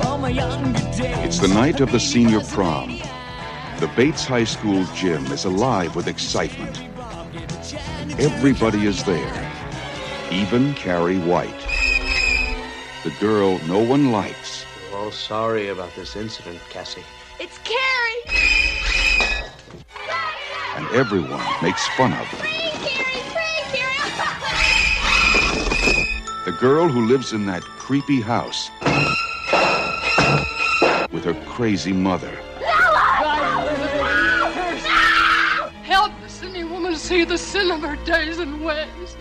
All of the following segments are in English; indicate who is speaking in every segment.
Speaker 1: It's the night of the senior prom. The Bates High School gym is alive with excitement. Everybody is there, even Carrie White, the girl no one likes.
Speaker 2: We're all sorry about this incident, Cassie.
Speaker 3: It's Carrie!
Speaker 1: and everyone makes fun of her. The girl who lives in that creepy house with her crazy mother.
Speaker 4: Help the sinning woman see the sin of her days and ways.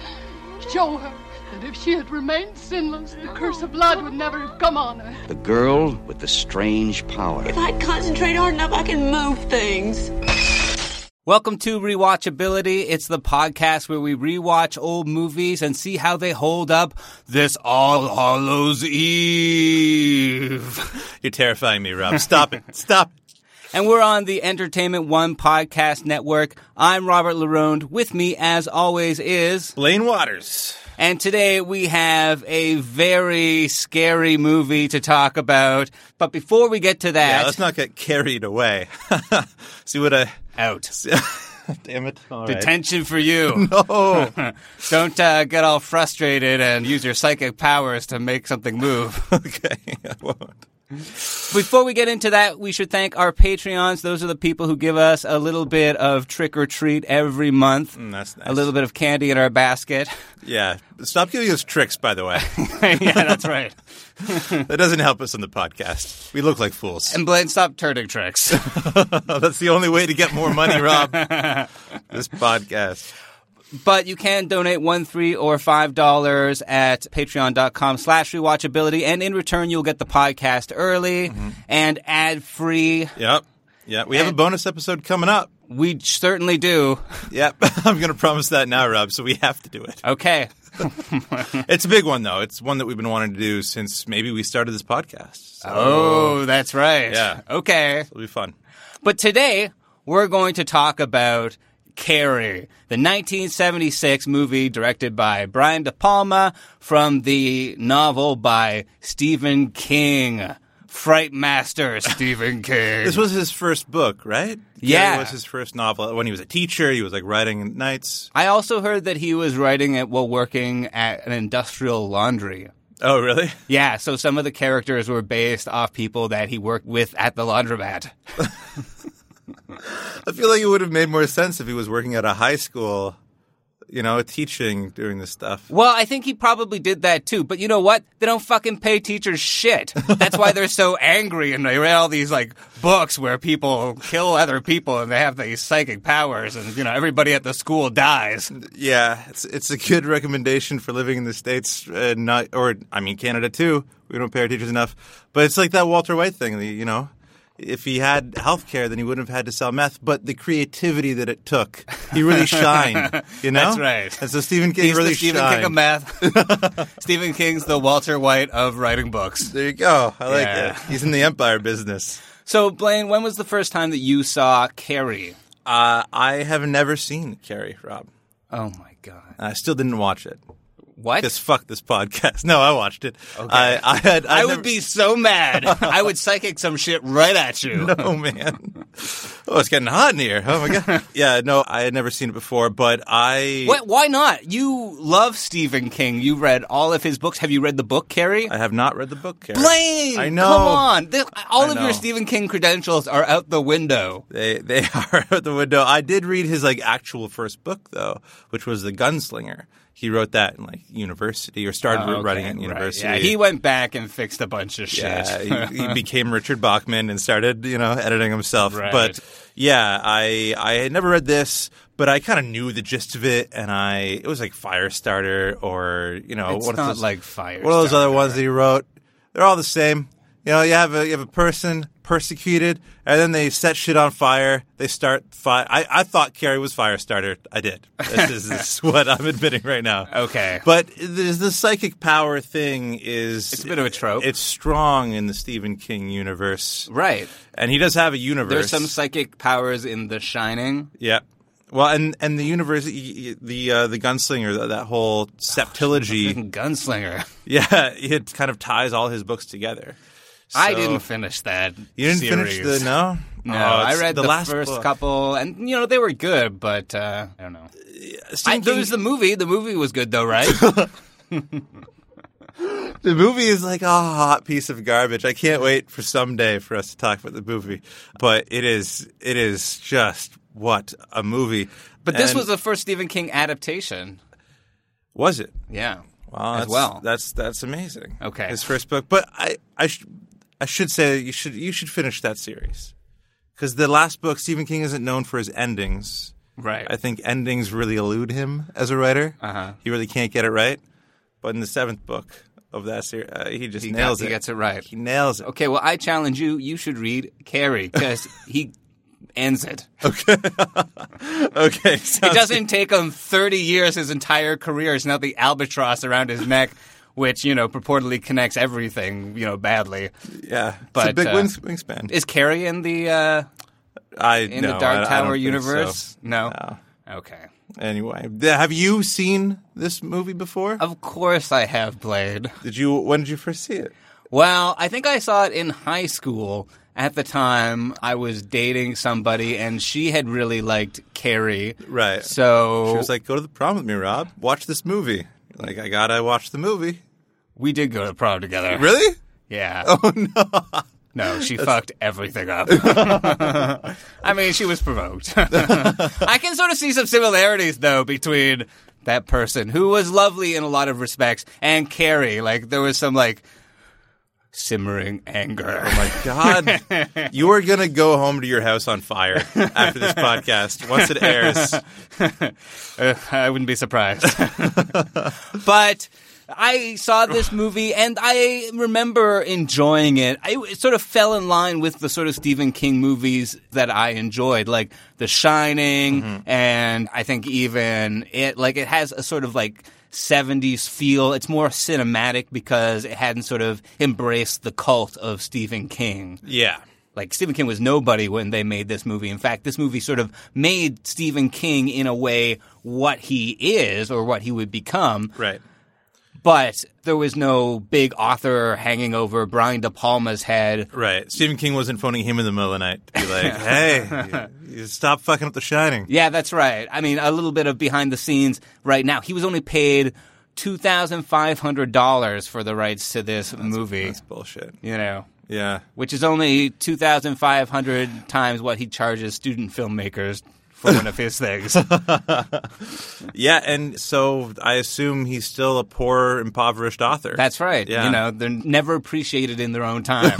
Speaker 4: Show her that if she had remained sinless, the curse of blood would never have come on her.
Speaker 2: The girl with the strange power.
Speaker 5: If I concentrate hard enough, I can move things.
Speaker 6: Welcome to Rewatchability. It's the podcast where we rewatch old movies and see how they hold up this All Hallows Eve.
Speaker 7: You're terrifying me, Rob. Stop it. Stop it.
Speaker 6: And we're on the Entertainment One Podcast Network. I'm Robert Larone. With me, as always, is.
Speaker 7: Blaine Waters.
Speaker 6: And today we have a very scary movie to talk about. But before we get to that,
Speaker 7: Yeah, let's not get carried away. See what I.
Speaker 6: out.
Speaker 7: Damn it. All right.
Speaker 6: Detention for you.
Speaker 7: Oh,
Speaker 6: Don't uh, get all frustrated and use your psychic powers to make something move.
Speaker 7: okay. I won't.
Speaker 6: Before we get into that, we should thank our Patreons. Those are the people who give us a little bit of trick or treat every month.
Speaker 7: that's nice.
Speaker 6: A little bit of candy in our basket.
Speaker 7: Yeah. Stop giving us tricks, by the way.
Speaker 6: yeah, that's right.
Speaker 7: that doesn't help us on the podcast. We look like fools.
Speaker 6: And Blaine, stop turning tricks.
Speaker 7: that's the only way to get more money, Rob. this podcast.
Speaker 6: but you can donate one, three, or five dollars at patreon.com slash rewatchability. And in return, you'll get the podcast early and ad free.
Speaker 7: Yep. Yeah. We have a
Speaker 6: And-
Speaker 7: bonus episode coming up.
Speaker 6: We certainly do.
Speaker 7: Yep. I'm going to promise that now, Rob, so we have to do it.
Speaker 6: Okay.
Speaker 7: It's a big one, though. It's one that we've been wanting to do since maybe we started this podcast. So
Speaker 6: Oh, that's right.
Speaker 7: Yeah.
Speaker 6: Okay.
Speaker 7: it'll be fun.
Speaker 6: But today, we're going to talk about Carrie, the 1976 movie directed by Brian De Palma from the novel by Stephen King. Fright Master Stephen King.
Speaker 7: This was his first book, right?
Speaker 6: Yeah.
Speaker 7: Carrie was his first novel. When he was a teacher, he was like writing at nights.
Speaker 6: I also heard that he was writing it while working at an industrial laundry.
Speaker 7: Oh, really?
Speaker 6: Yeah, so some of the characters were based off people that he worked with at the laundromat.
Speaker 7: I feel like it would have made more sense if he was working at a high school, you know, teaching, doing this stuff.
Speaker 6: Well, I think he probably did that too. But you know what? They don't fucking pay teachers shit. That's why they're so angry and they read all these like books where people kill other people and they have these psychic powers and you know everybody at the school dies.
Speaker 7: Yeah, it's it's a good recommendation for living in the states, uh, not or I mean Canada too. We don't pay our teachers enough, but it's like that Walter White thing. the- You know, if he had health care, then he wouldn't have had to sell meth. But the creativity that it took, he really shined. You know,
Speaker 6: That's right.
Speaker 7: And so Stephen King
Speaker 6: He's
Speaker 7: really
Speaker 6: the Stephen
Speaker 7: shined.
Speaker 6: King of math. Stephen King's the Walter White of writing books.
Speaker 7: There you go. I like
Speaker 6: Yeah.
Speaker 7: it. He's in the empire business.
Speaker 6: So Blaine, when was the first time that you saw Carrie?
Speaker 7: Uh, I have never seen Carrie, Rob.
Speaker 6: Oh my god!
Speaker 7: I still didn't watch it.
Speaker 6: What?
Speaker 7: Because fuck this podcast. No, I watched it. I, I had.
Speaker 6: I
Speaker 7: never-
Speaker 6: would be so mad. I would psychic some shit right at you.
Speaker 7: Oh man. Oh, it's getting hot in here. Oh my god. yeah, no, I had never seen it before, but I
Speaker 6: Why, why not? You love Stephen King. You read all of his books. Have you read the book, Carrie?
Speaker 7: I have not read the book. Karen.
Speaker 6: Blaine,
Speaker 7: I know.
Speaker 6: Come on, This- all
Speaker 7: I
Speaker 6: of
Speaker 7: know.
Speaker 6: your Stephen King credentials are out the window.
Speaker 7: They they are out the window. I did read his like actual first book though, which was The Gunslinger. He wrote that in like university or started
Speaker 6: Oh, okay,
Speaker 7: writing it in
Speaker 6: right.
Speaker 7: university.
Speaker 6: Yeah, he went back and fixed a bunch of shit.
Speaker 7: Yeah, he, he became Richard Bachman and started, you know, editing himself.
Speaker 6: Right.
Speaker 7: But yeah, I I had never read this, but I kind of knew the gist of it, and I it was like Firestarter or you know,
Speaker 6: It's
Speaker 7: one
Speaker 6: not
Speaker 7: of those,
Speaker 6: like
Speaker 7: One of those other
Speaker 6: Firestarter.
Speaker 7: ones that he wrote. They're all the same. You know, you have a you have a person persecuted, and then they set shit on fire. They start fire. I, I thought Carrie was Firestarter. I did. This is, this is what I'm admitting right now.
Speaker 6: Okay.
Speaker 7: but there's the psychic power thing is
Speaker 6: It's a bit of a trope.
Speaker 7: It's strong in the Stephen King universe,
Speaker 6: right.
Speaker 7: And he does have a universe.
Speaker 6: There's some psychic powers in The Shining.
Speaker 7: yeah. Well, and and the universe, y- y- the uh, the gunslinger, th- that whole septilogy,
Speaker 6: Gunslinger.
Speaker 7: yeah, it kind of ties all his books together.
Speaker 6: I
Speaker 7: So-
Speaker 6: didn't finish that.
Speaker 7: You didn't finish
Speaker 6: series.
Speaker 7: the no.
Speaker 6: No,
Speaker 7: Oh,
Speaker 6: I
Speaker 7: it's
Speaker 6: read the,
Speaker 7: last
Speaker 6: first
Speaker 7: book.
Speaker 6: couple, and you know they were good, but uh, I don't know. I,
Speaker 7: Stephen
Speaker 6: there
Speaker 7: King-
Speaker 6: was the movie. The movie was good though, right?
Speaker 7: The movie is like a hot piece of garbage. I can't wait for someday for us to talk about the movie. But it is it is just what a movie.
Speaker 6: but this
Speaker 7: And-
Speaker 6: was the first Stephen King adaptation.
Speaker 7: was it?
Speaker 6: Yeah.
Speaker 7: Wow,
Speaker 6: as
Speaker 7: that's,
Speaker 6: well.
Speaker 7: That's that's amazing.
Speaker 6: Okay.
Speaker 7: his first book. But I I sh- I should say you should you should finish that series because the last book Stephen King isn't known for his endings.
Speaker 6: right.
Speaker 7: I think endings really elude him as a writer. Uh-huh. He really can't get it right. But in the seventh book of that series, uh, he just
Speaker 6: He
Speaker 7: nails
Speaker 6: got-
Speaker 7: it.
Speaker 6: he gets it right.
Speaker 7: He nails it.
Speaker 6: Okay, well, I challenge you. You should read Carrie because he ends it.
Speaker 7: Okay,
Speaker 6: It
Speaker 7: sounds
Speaker 6: doesn't take him 30 years. His entire career is now the albatross around his neck, which, you know, purportedly connects everything, you know, badly.
Speaker 7: good. Yeah,
Speaker 6: But,
Speaker 7: it's a big
Speaker 6: uh,
Speaker 7: wings- wingspan.
Speaker 6: Is Carrie in the uh,
Speaker 7: I
Speaker 6: in
Speaker 7: no,
Speaker 6: the
Speaker 7: I- I
Speaker 6: Dark
Speaker 7: don't
Speaker 6: Tower
Speaker 7: think
Speaker 6: universe? No?
Speaker 7: No.
Speaker 6: Okay.
Speaker 7: so. Anyway, th- have you seen this movie before?
Speaker 6: Of course I have Blade.
Speaker 7: Did you? When did you first see it?
Speaker 6: Well, I think I saw it in high school. At the time, I was dating somebody, and she had really liked Carrie.
Speaker 7: Right.
Speaker 6: So
Speaker 7: She
Speaker 6: Oh.
Speaker 7: was like, "Go to the prom with me, Rob. Watch this movie." Like, I gotta watch the movie.
Speaker 6: we did go to prom together.
Speaker 7: Really?
Speaker 6: Yeah. Oh no. No, she fucked everything up. I mean, she was provoked. I can sort of see some similarities though between that person who was lovely in a lot of respects and Carrie. Like there was some like simmering anger.
Speaker 7: Oh, My God, you are gonna go home to your house on fire after this podcast once it airs.
Speaker 6: Uh, I wouldn't be surprised. but I saw this movie and I remember enjoying it. I, it sort of fell in line with the sort of Stephen King movies that I enjoyed, like The Shining, and I think even it. Like it has a sort of like. 70s feel. It's more cinematic because it hadn't sort of embraced the cult of Stephen King
Speaker 7: Yeah.
Speaker 6: like Stephen King was nobody when they made this movie. In fact, this movie sort of made Stephen King in a way what he is or what he would become.
Speaker 7: Right.
Speaker 6: But there was no big author hanging over Brian De Palma's head.
Speaker 7: Right. Stephen King wasn't phoning him in the middle of the night to be like, "Hey, you, you stop fucking up The Shining."
Speaker 6: Yeah, that's right. I mean, a little bit of behind the scenes right now. He was only paid two thousand five hundred dollars for the rights to this movie.
Speaker 7: That's bullshit.
Speaker 6: you know.
Speaker 7: Yeah.
Speaker 6: Which is only 2,500 times what he charges student filmmakers for one of his things.
Speaker 7: Yeah, and so I assume he's still a poor, impoverished author.
Speaker 6: That's right.
Speaker 7: Yeah.
Speaker 6: You know, they're never appreciated in their own time.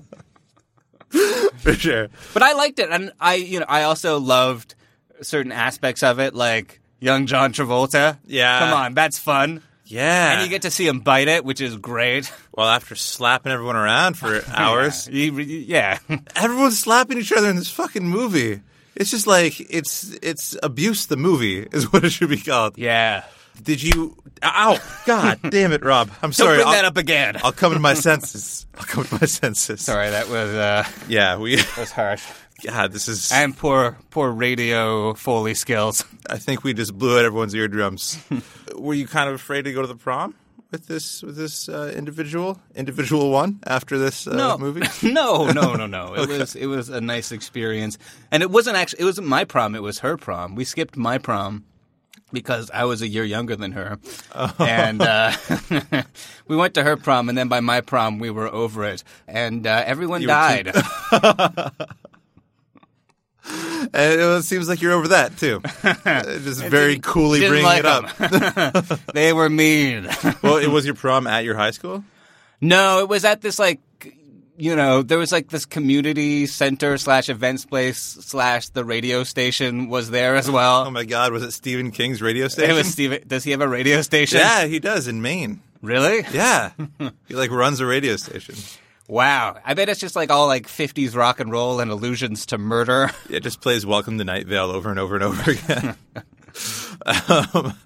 Speaker 7: for sure.
Speaker 6: but I liked it, and I, you know, I also loved certain aspects of it, like young John Travolta.
Speaker 7: Yeah.
Speaker 6: come on, that's fun.
Speaker 7: Yeah.
Speaker 6: And you get to see him bite it, which is great.
Speaker 7: well after slapping everyone around for hours.
Speaker 6: Yeah. You- you- yeah.
Speaker 7: Everyone's slapping each other in this fucking movie. It's just like it's it's abuse. The movie is what it should be called.
Speaker 6: Yeah.
Speaker 7: Did you? Ow! God damn it, Rob. I'm
Speaker 6: Don't
Speaker 7: sorry.
Speaker 6: bring
Speaker 7: I'll,
Speaker 6: that up again.
Speaker 7: I'll come to my senses. I'll come to my senses.
Speaker 6: Sorry, that was uh,
Speaker 7: Yeah. We.
Speaker 6: was harsh.
Speaker 7: God, this is.
Speaker 6: And poor, poor radio Foley skills.
Speaker 7: I think we just blew out everyone's eardrums. Were you kind of afraid to go to the prom? with this with this uh, individual individual one after this uh,
Speaker 6: no
Speaker 7: movie?
Speaker 6: no, no, no, no. It was it was a nice experience, and it wasn't actually it wasn't my prom. It was her prom. We skipped my prom because I was a year younger than her,
Speaker 7: Oh.
Speaker 6: and uh, we went to her prom, and then by my prom we were over it, and uh, everyone
Speaker 7: You were too-
Speaker 6: died.
Speaker 7: And it was- seems like you're over that too. Uh, Just very coolly
Speaker 6: Didn't
Speaker 7: bringing
Speaker 6: like
Speaker 7: it up.
Speaker 6: 'em. they were mean.
Speaker 7: well, it was your prom at your high school.
Speaker 6: No, it was at this like you know there was like this community center slash events place slash the radio station was there as well.
Speaker 7: Oh my God, was it Stephen King's radio
Speaker 6: It
Speaker 7: station?
Speaker 6: was Steve. Does he have a radio station?
Speaker 7: yeah, he does in Maine.
Speaker 6: Really?
Speaker 7: Yeah, he like runs a radio station.
Speaker 6: Wow. I bet it's just like all like 50s rock and roll and allusions to murder.
Speaker 7: It just plays "Welcome to Night Vale" over and over and over again. um,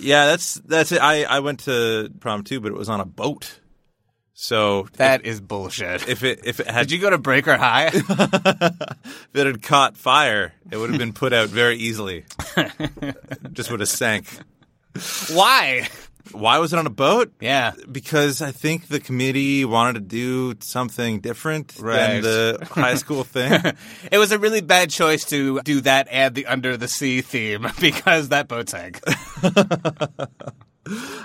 Speaker 7: yeah, that's that's it. I, I went to prom too, but it was on a boat. So
Speaker 6: That is bullshit.
Speaker 7: if it if it
Speaker 6: Did
Speaker 7: had
Speaker 6: you go to Breaker High?
Speaker 7: if it had caught fire, it would have been put out very easily. just would have sank.
Speaker 6: Why?
Speaker 7: Why was it on a boat?
Speaker 6: Yeah.
Speaker 7: Because I think the committee wanted to do something different
Speaker 6: Right.
Speaker 7: than the high school thing.
Speaker 6: It was a really bad choice to do that and the under the sea theme because that boat sank.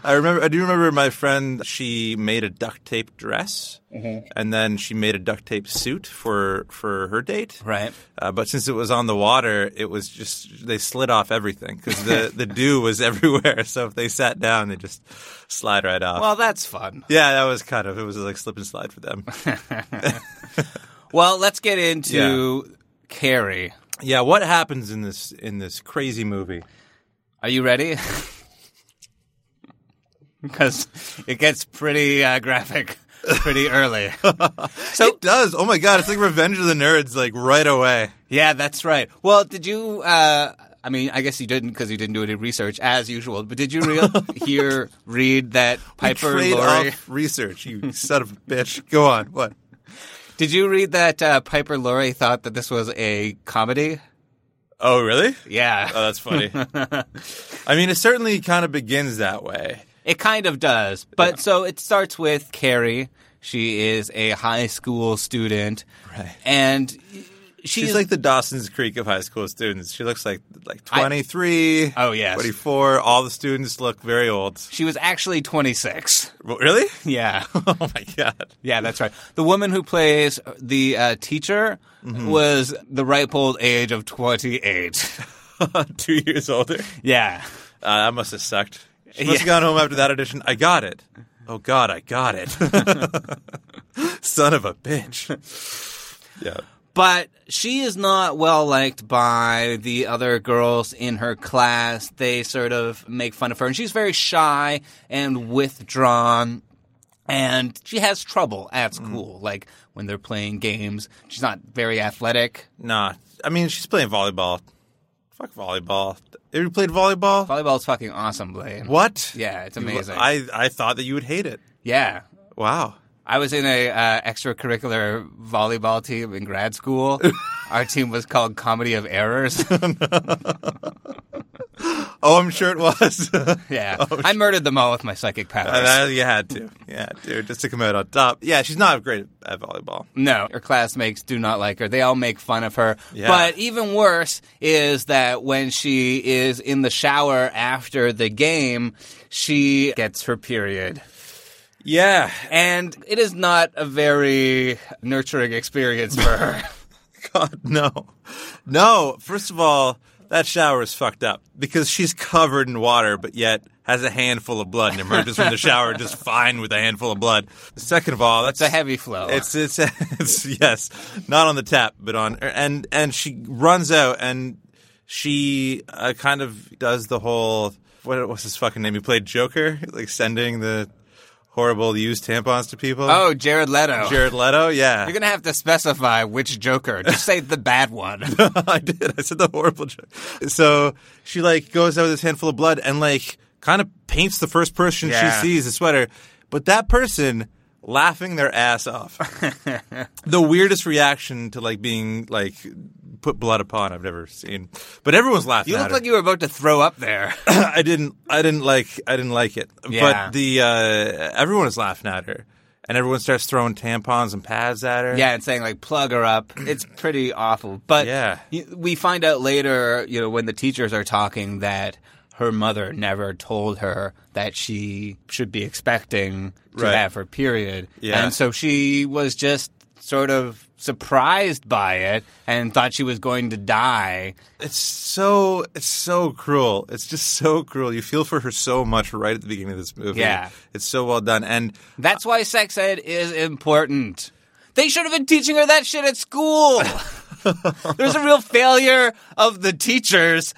Speaker 7: I remember. I do remember my friend. She made a duct tape dress,
Speaker 6: Mm-hmm.
Speaker 7: and then she made a duct tape suit for for her date.
Speaker 6: Right.
Speaker 7: Uh, but since it was on the water, it was just they slid off everything because the the dew was everywhere. So if they sat down, they just slide right off.
Speaker 6: Well, that's fun.
Speaker 7: yeah, that was kind of it was like slip and slide for them.
Speaker 6: Well, let's get into Carrie.
Speaker 7: yeah, what happens in this in this crazy movie?
Speaker 6: Are you ready? Because it gets pretty uh, graphic pretty early.
Speaker 7: It does. Oh my god, it's like Revenge of the Nerds, like right away.
Speaker 6: Yeah, that's right. Well, did you? Uh, I mean, I guess you didn't because you didn't do any research as usual. But did you real hear read that Piper
Speaker 7: Trade
Speaker 6: Laurie?
Speaker 7: off research, you son of a bitch. Go on. What?
Speaker 6: Did you read that uh, Piper Laurie thought that this was a comedy?
Speaker 7: Oh really?
Speaker 6: Yeah,
Speaker 7: Oh, that's funny. I mean, it certainly kind of begins that way.
Speaker 6: it kind of does. But so it starts with Carrie. She is a high school student,
Speaker 7: Right.
Speaker 6: And
Speaker 7: She's
Speaker 6: she's
Speaker 7: like the Dawson's Creek of high school students. She looks like like
Speaker 6: I-
Speaker 7: 23.
Speaker 6: Oh, yes.
Speaker 7: 24. All the students look very old.
Speaker 6: she was actually twenty six.
Speaker 7: Really?
Speaker 6: Yeah.
Speaker 7: Oh my god.
Speaker 6: Yeah, that's right. The woman who plays the uh, teacher
Speaker 7: Mm-hmm.
Speaker 6: was the ripe old age of 28.
Speaker 7: 2 years older.
Speaker 6: yeah.
Speaker 7: Uh, that must have sucked. She must have
Speaker 6: Yeah.
Speaker 7: gone home after that audition. I got it. Oh god, I got it. Son of a bitch. Yeah.
Speaker 6: But she is not well liked by the other girls in her class. They sort of make fun of her, and she's very shy and withdrawn. And she has trouble at
Speaker 7: Mm.
Speaker 6: school, like when they're playing games. She's not very athletic.
Speaker 7: Nah. I mean, she's playing volleyball. Fuck volleyball. Have you played volleyball?
Speaker 6: Volleyball's fucking awesome, Blaine.
Speaker 7: What?
Speaker 6: Yeah, it's
Speaker 7: You-
Speaker 6: amazing.
Speaker 7: I, I thought that you would hate it.
Speaker 6: Yeah.
Speaker 7: Wow.
Speaker 6: I was in a uh, extracurricular volleyball team in grad school. Our team was called Comedy of Errors.
Speaker 7: Oh, I'm sure it was. Uh,
Speaker 6: yeah, I murdered them all with my psychic powers.
Speaker 7: that- you had to. Yeah, dude, just to come out on top. Yeah, she's not great at volleyball.
Speaker 6: no, her classmates do not like her. They all make fun of her.
Speaker 7: Yeah.
Speaker 6: But even worse is that when she is in the shower after the game, she gets her period.
Speaker 7: Yeah.
Speaker 6: And it is not a very nurturing experience for her.
Speaker 7: God, no. No, first of all, that shower is fucked up because she's covered in water, but yet has a handful of blood and emerges from the shower just fine with a handful of blood. Second of all, that's
Speaker 6: it's a heavy flow.
Speaker 7: It's it's it's yes, not on the tap, but on and and she runs out and she uh, kind of does the whole what was his fucking name? He played Joker, like sending the horrible used tampons to people.
Speaker 6: oh, Jared Leto.
Speaker 7: Jared Leto, yeah,
Speaker 6: You're gonna have to specify which Joker. Just say the bad one.
Speaker 7: I did. I said the horrible joke. So she like goes out with this handful of blood and like kind of paints the first person
Speaker 6: Yeah.
Speaker 7: she sees a sweater, but that person laughing their ass off. the weirdest reaction to like being like put blood upon I've never seen. But everyone's laughing.
Speaker 6: You
Speaker 7: at
Speaker 6: look
Speaker 7: her.
Speaker 6: like you were about to throw up there.
Speaker 7: I didn't. I didn't like. I didn't like it.
Speaker 6: Yeah.
Speaker 7: But the uh, everyone is laughing at her, and everyone starts throwing tampons and pads at her.
Speaker 6: Yeah, and saying like plug her up. It's pretty awful. But
Speaker 7: Yeah.
Speaker 6: y- we find out later, you know, when the teachers are talking that her mother never told her that she should be expecting to
Speaker 7: Right.
Speaker 6: have her period.
Speaker 7: Yeah.
Speaker 6: And so she was just sort of surprised by it and thought she was going to die.
Speaker 7: It's so. It's so cruel. It's just so cruel. You feel for her so much right at the beginning of this movie.
Speaker 6: Yeah.
Speaker 7: It's so well done. And
Speaker 6: That's why sex ed is important. They should have been teaching her that shit at school. There's a real failure of the teachers,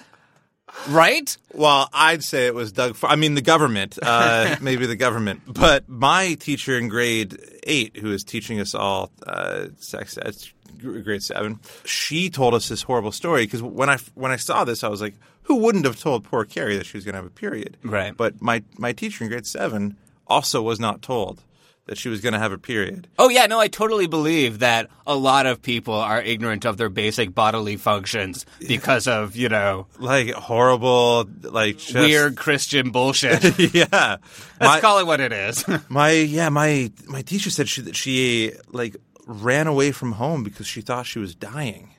Speaker 6: right?
Speaker 7: Well, I'd say it was Doug. F- I mean, the government, uh, maybe the government. But my teacher in grade eight, who is teaching us all uh, sex ed, grade seven, she told us this horrible story because when I when I saw this, I was like, who wouldn't have told poor Carrie that she was going to have a period?
Speaker 6: Right.
Speaker 7: But my my teacher in grade seven also was not told that she was going to have a period.
Speaker 6: Oh yeah, no, I totally believe that a lot of people are ignorant of their basic bodily functions because of, you know,
Speaker 7: Like horrible, like just,
Speaker 6: weird Christian bullshit. Let's
Speaker 7: Yeah. My-
Speaker 6: call it what it is.
Speaker 7: My yeah, my my teacher said she that she like ran away from home because she thought she was dying.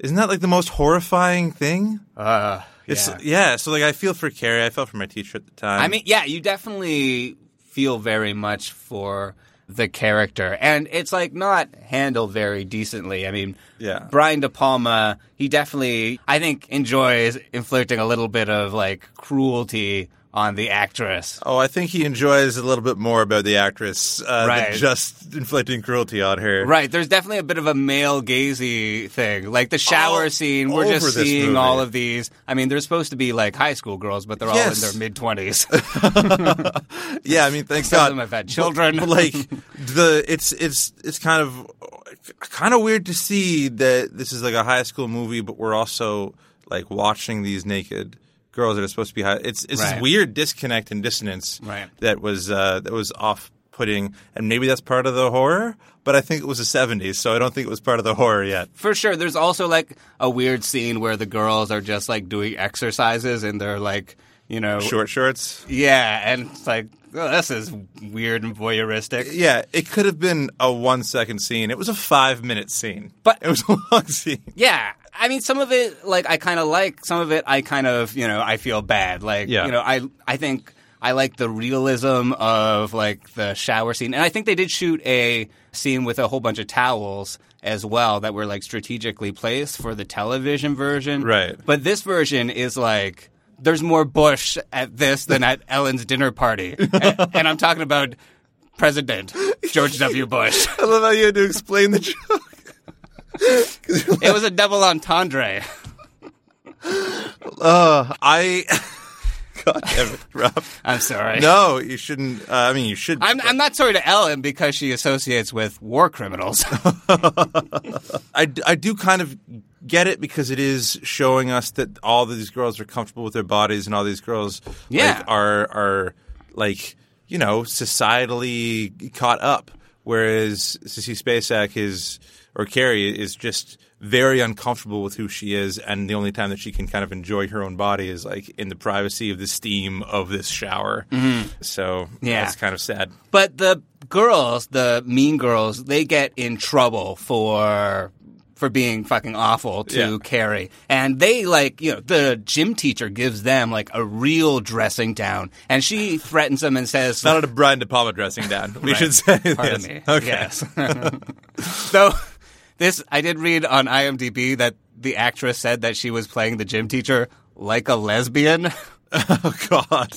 Speaker 7: Isn't that like the most horrifying thing?
Speaker 6: Uh,
Speaker 7: It's
Speaker 6: yeah.
Speaker 7: yeah. So like I feel for Carrie. I felt for my teacher at the time.
Speaker 6: I mean, yeah, you definitely feel very much for the character. And it's like not handled very decently. I mean,
Speaker 7: Yeah.
Speaker 6: Brian De Palma, he definitely, I think, enjoys inflicting a little bit of like cruelty on the actress.
Speaker 7: oh, I think he enjoys a little bit more about the actress uh,
Speaker 6: Right.
Speaker 7: than just inflicting cruelty on her.
Speaker 6: Right, there's definitely a bit of a male gazy thing. Like the shower
Speaker 7: All
Speaker 6: scene, we're just
Speaker 7: over this
Speaker 6: seeing
Speaker 7: movie.
Speaker 6: all of these. I mean, they're supposed to be like high school girls, but they're all in
Speaker 7: Yes.
Speaker 6: their mid 20s.
Speaker 7: Yeah, I mean, thank
Speaker 6: Some
Speaker 7: God.
Speaker 6: of them have had children.
Speaker 7: But, but, like the it's it's it's kind of kind of weird to see that this is like a high school movie, but we're also like watching these naked girls that are supposed to be high. It's it's
Speaker 6: Right.
Speaker 7: this weird disconnect and dissonance
Speaker 6: Right.
Speaker 7: that was uh, that was off putting, and maybe that's part of the horror. But I think it was the '70s, so I don't think it was part of the horror yet.
Speaker 6: For sure, there's also like a weird scene where the girls are just like doing exercises and they're like, you know.
Speaker 7: Short shorts.
Speaker 6: Yeah, and it's like, oh, this is weird and voyeuristic.
Speaker 7: Yeah, it could have been a one-second scene. It was a five-minute scene,
Speaker 6: But-
Speaker 7: it was a long scene.
Speaker 6: Yeah. I mean, some of it, like, I kind of like. Some of it, I kind of, you know, I feel bad. Like,
Speaker 7: Yeah.
Speaker 6: you know, I, I think I like the realism of, like, the shower scene. And I think they did shoot a scene with a whole bunch of towels as well that were, like, strategically placed for the television version.
Speaker 7: Right.
Speaker 6: But this version is, like, there's more bush at this than at Ellen's dinner party. and, and I'm talking about President George W. Bush.
Speaker 7: I love how you had to explain the joke.
Speaker 6: It was a double entendre.
Speaker 7: I. Uh, God damn it, Rob.
Speaker 6: I'm sorry.
Speaker 7: No, you shouldn't. Uh, I mean, you should.
Speaker 6: I'm, I'm not sorry to Ellen because she associates with war criminals.
Speaker 7: I, d- I do kind of get it because it is showing us that all these girls are comfortable with their bodies and all these girls
Speaker 6: Yeah.
Speaker 7: like, are are like you know societally caught up whereas Sissy Spacek is or Carrie is just very uncomfortable with who she is and the only time that she can kind of enjoy her own body is like in the privacy of the steam of this shower so
Speaker 6: Mm-hmm. Yeah.
Speaker 7: that's kind of sad
Speaker 6: but the girls, the mean girls, they get in trouble for for being fucking awful to
Speaker 7: Yeah.
Speaker 6: Carrie. And they like, you know, the gym teacher gives them like a real dressing down and she threatens them and says
Speaker 7: not a Brian De Palma dressing down we should say
Speaker 6: Pardon
Speaker 7: this.
Speaker 6: me.
Speaker 7: okay
Speaker 6: Yes. so this I did read on IMDb that the actress said that she was playing the gym teacher like a lesbian.
Speaker 7: Oh God.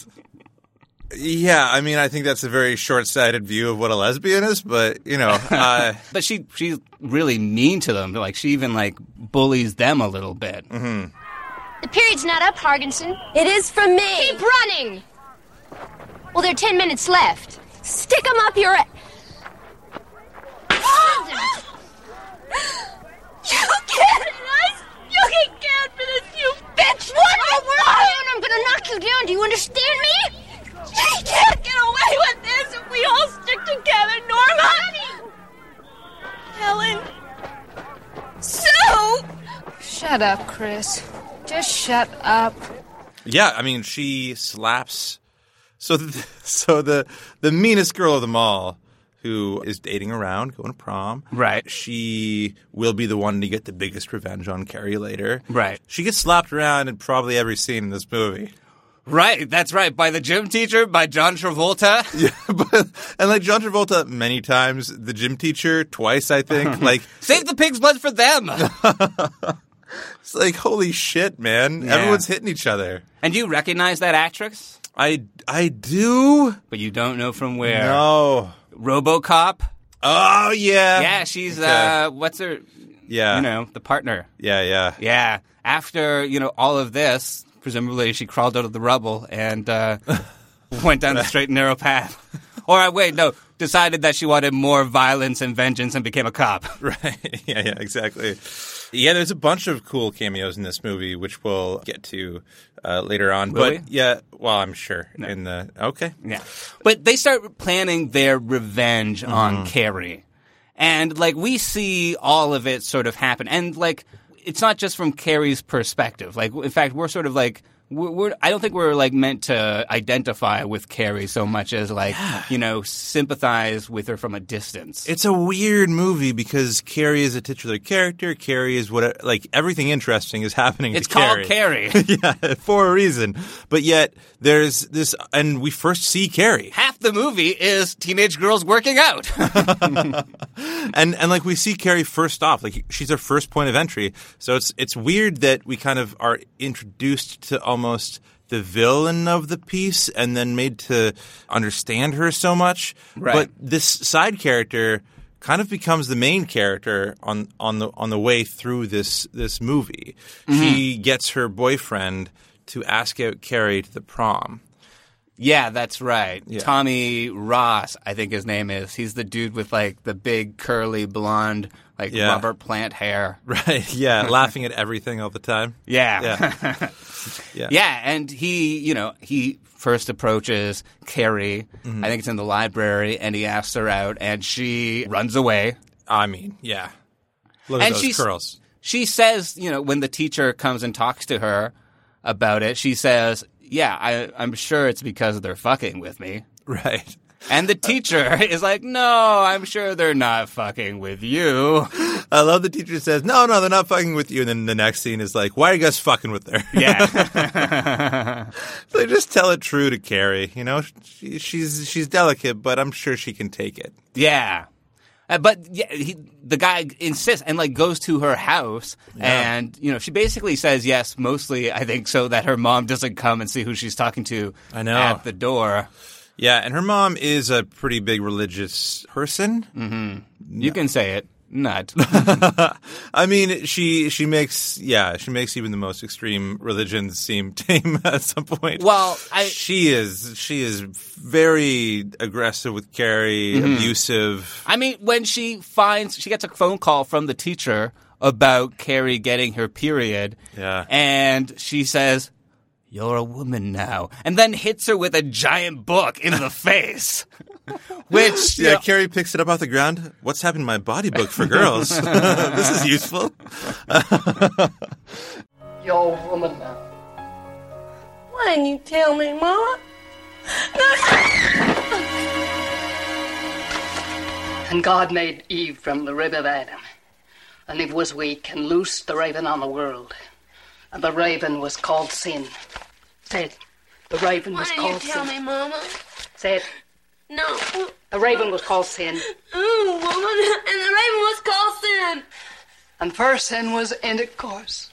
Speaker 7: Yeah, I mean, I think that's a very short-sighted view of what a lesbian is, but you know, uh,
Speaker 6: But she she's really mean to them. Like she even like bullies them a little bit.
Speaker 7: Mm-hmm.
Speaker 3: The period's not up, Hargensen. It is from me. Keep running. Well, there are ten minutes left. Stick 'em up your. You kidding us? You can count for this, you bitch! What in the world? I'm gonna knock you down. Do you understand me? She can't get away with this if we all stick together, Norma. Ellen. Sue.
Speaker 8: Shut up, Chris. Just shut up.
Speaker 7: Yeah, I mean, she slaps. So, th- so the the meanest girl of them all, who is dating around, going to prom,
Speaker 6: Right.
Speaker 7: She will be the one to get the biggest revenge on Carrie later,
Speaker 6: Right.
Speaker 7: She gets slapped around in probably every scene in this movie.
Speaker 6: Right, that's right. By the gym teacher, by John Travolta.
Speaker 7: but, and like John Travolta, many times the gym teacher, twice I think. like,
Speaker 6: Save the pig's blood for them.
Speaker 7: it's like holy shit, man!
Speaker 6: Yeah.
Speaker 7: Everyone's hitting each other.
Speaker 6: and you recognize that actress,
Speaker 7: I I do.
Speaker 6: but you don't know from where.
Speaker 7: No.
Speaker 6: RoboCop.
Speaker 7: Oh yeah.
Speaker 6: Yeah, she's
Speaker 7: Okay. Uh.
Speaker 6: uh, what's her?
Speaker 7: Yeah.
Speaker 6: You know, the partner.
Speaker 7: Yeah, yeah.
Speaker 6: Yeah. After you know all of this, presumably she crawled out of the rubble and uh, went down the straight and narrow path. Or uh, wait, no, decided that she wanted more violence and vengeance and became a cop.
Speaker 7: Right. yeah, yeah, exactly. Yeah, there's a bunch of cool cameos in this movie, which we'll get to uh, later on.
Speaker 6: Will
Speaker 7: but
Speaker 6: we?
Speaker 7: yeah, well, I'm sure. In the okay,
Speaker 6: Yeah. But they start planning their revenge on Carrie. And like we see all of it sort of happen. And like it's not just from Carrie's perspective. Like in fact, we're sort of like we're, we're I don't think we're like meant to identify with Carrie so much as like, you know, sympathize with her from a distance.
Speaker 7: it's a weird movie because Carrie is a titular character. Carrie is what like everything interesting is happening.
Speaker 6: it's
Speaker 7: to
Speaker 6: called
Speaker 7: Carrie.
Speaker 6: Carrie.
Speaker 7: yeah, for a reason. But yet there's this, and we first see Carrie,
Speaker 6: Half the movie is teenage girls working out.
Speaker 7: and and like we see Carrie first off, like she's our first point of entry. So it's it's weird that we kind of are introduced to almost the villain of the piece, and then made to understand her so much.
Speaker 6: Right.
Speaker 7: But this side character kind of becomes the main character on on the on the way through this this movie.
Speaker 6: Mm-hmm.
Speaker 7: She gets her boyfriend to ask out Carrie to the prom.
Speaker 6: Yeah, that's right. Tommy Ross, I think his name is. He's the dude with like the big curly blonde, like
Speaker 7: Yeah.
Speaker 6: rubber plant hair.
Speaker 7: Right. Yeah. laughing at everything all the time.
Speaker 6: Yeah.
Speaker 7: Yeah. Yeah.
Speaker 6: Yeah, and he, you know, he first approaches Carrie. I think it's in the library, and he asks her out, and she runs away.
Speaker 7: I mean, yeah. Look at
Speaker 6: And
Speaker 7: those
Speaker 6: she's-
Speaker 7: curls.
Speaker 6: She says, you know, when the teacher comes and talks to her about it, she says, "Yeah, I, I'm sure it's because they're fucking with me."
Speaker 7: Right.
Speaker 6: And
Speaker 7: Uh,
Speaker 6: the teacher is like, "No, I'm sure they're not fucking with you."
Speaker 7: I love the teacher says, no, no, they're not fucking with you. And then the next scene is like, why are you guys fucking with her?
Speaker 6: Yeah.
Speaker 7: they just tell it true to Carrie. You know, she, she's she's delicate, but I'm sure she can take it.
Speaker 6: Yeah. Uh, but yeah, he, the guy insists and like goes to her house, and you know she basically says yes, mostly I think so that her mom doesn't come and see who she's talking to.
Speaker 7: I know.
Speaker 6: at the door.
Speaker 7: Yeah. And her mom is a pretty big religious person.
Speaker 6: Mm. You can say it, nut.
Speaker 7: I mean, she she makes yeah she makes even the most extreme religions seem tame at some point.
Speaker 6: Well, I-
Speaker 7: she is she is very aggressive with Carrie,
Speaker 6: Mm-hmm.
Speaker 7: abusive.
Speaker 6: I mean, when she finds she gets a phone call from the teacher about Carrie getting her period,
Speaker 7: Yeah.
Speaker 6: and she says. You're a woman now, and then hits her with a giant book in the face, which you
Speaker 7: Yeah,
Speaker 6: know,
Speaker 7: Carrie picks it up off the ground. What's happened to my body book for girls? this is useful.
Speaker 4: You're a woman now.
Speaker 3: Why didn't you tell me, Mama?
Speaker 4: And God made Eve from the rib of Adam. And it was weak and loosed the raven on the world. And the raven was called sin. Say it. The raven
Speaker 3: Why
Speaker 4: was
Speaker 3: didn't you
Speaker 4: called
Speaker 3: tell
Speaker 4: sin.
Speaker 3: me, Mama?
Speaker 4: Say it.
Speaker 3: No.
Speaker 4: The raven was called sin.
Speaker 3: Ooh, woman. And the raven was called sin.
Speaker 4: And first sin was intercourse.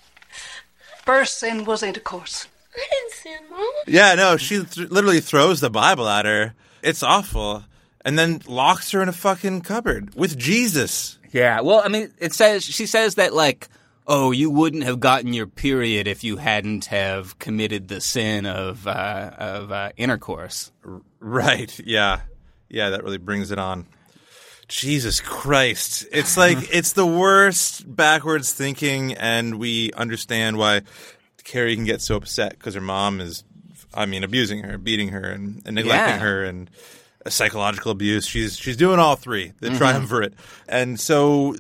Speaker 4: First sin was intercourse.
Speaker 3: I didn't sin, Mama.
Speaker 7: Yeah, no, she th- literally throws the Bible at her. It's awful. And then locks her in a fucking cupboard with Jesus.
Speaker 6: Yeah. Well, I mean, it says she says that like, oh, you wouldn't have gotten your period if you hadn't have committed the sin of uh, of uh, intercourse.
Speaker 7: Right. Yeah. Yeah, that really brings it on. Jesus Christ. It's like it's the worst backwards thinking and we understand why Carrie can get so upset cuz her mom is I mean abusing her, beating her and, and neglecting
Speaker 6: Yeah.
Speaker 7: her and psychological abuse. She's she's doing all three,
Speaker 6: Mm-hmm.
Speaker 7: the triumvirate. And so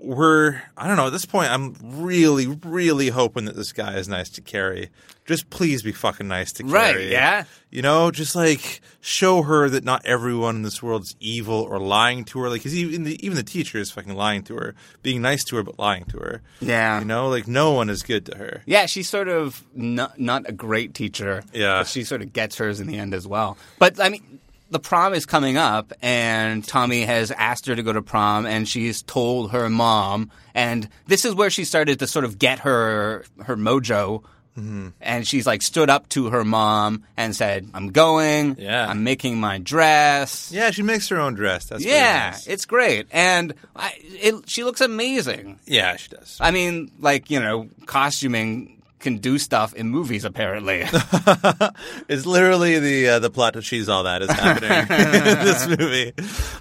Speaker 7: we're I don't know, at this point I'm really really hoping that this guy is nice to Carrie. Just please be fucking nice to
Speaker 6: Right,
Speaker 7: Carrie.
Speaker 6: yeah.
Speaker 7: You know, just like show her that not everyone in this world is evil or lying to her. Like, cause even the, even the teacher is fucking lying to her, being nice to her but lying to her.
Speaker 6: Yeah.
Speaker 7: you know, like no one is good to her.
Speaker 6: Yeah, she's sort of not, not a great teacher.
Speaker 7: Yeah.
Speaker 6: But she sort of gets hers in the end as well. But, I mean, the prom is coming up, and Tommy has asked her to go to prom, and she's told her mom. And this is where she started to sort of get her, her mojo.
Speaker 7: Mm-hmm.
Speaker 6: And she's like stood up to her mom and said, I'm going.
Speaker 7: Yeah.
Speaker 6: I'm making my dress.
Speaker 7: Yeah, she makes her own dress. That's pretty
Speaker 6: Yeah,
Speaker 7: nice.
Speaker 6: it's great. And I, it, she looks amazing.
Speaker 7: yeah, she does.
Speaker 6: I mean, like, you know, costuming can do stuff in movies, apparently.
Speaker 7: It's literally the uh, the plot to She's All That is happening in this movie.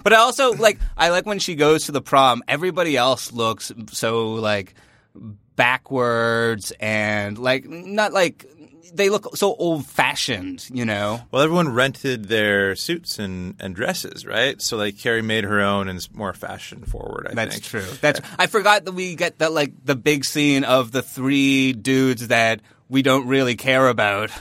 Speaker 6: but I also, like, I like when she goes to the prom, everybody else looks so, like, backwards and, like, not like. They look so old fashioned, you know?
Speaker 7: Well, everyone rented their suits and, and dresses, right? So like Carrie made her own and is more fashion forward. I
Speaker 6: That's
Speaker 7: think
Speaker 6: true. That's I forgot that we get that like the big scene of the three dudes that we don't really care about.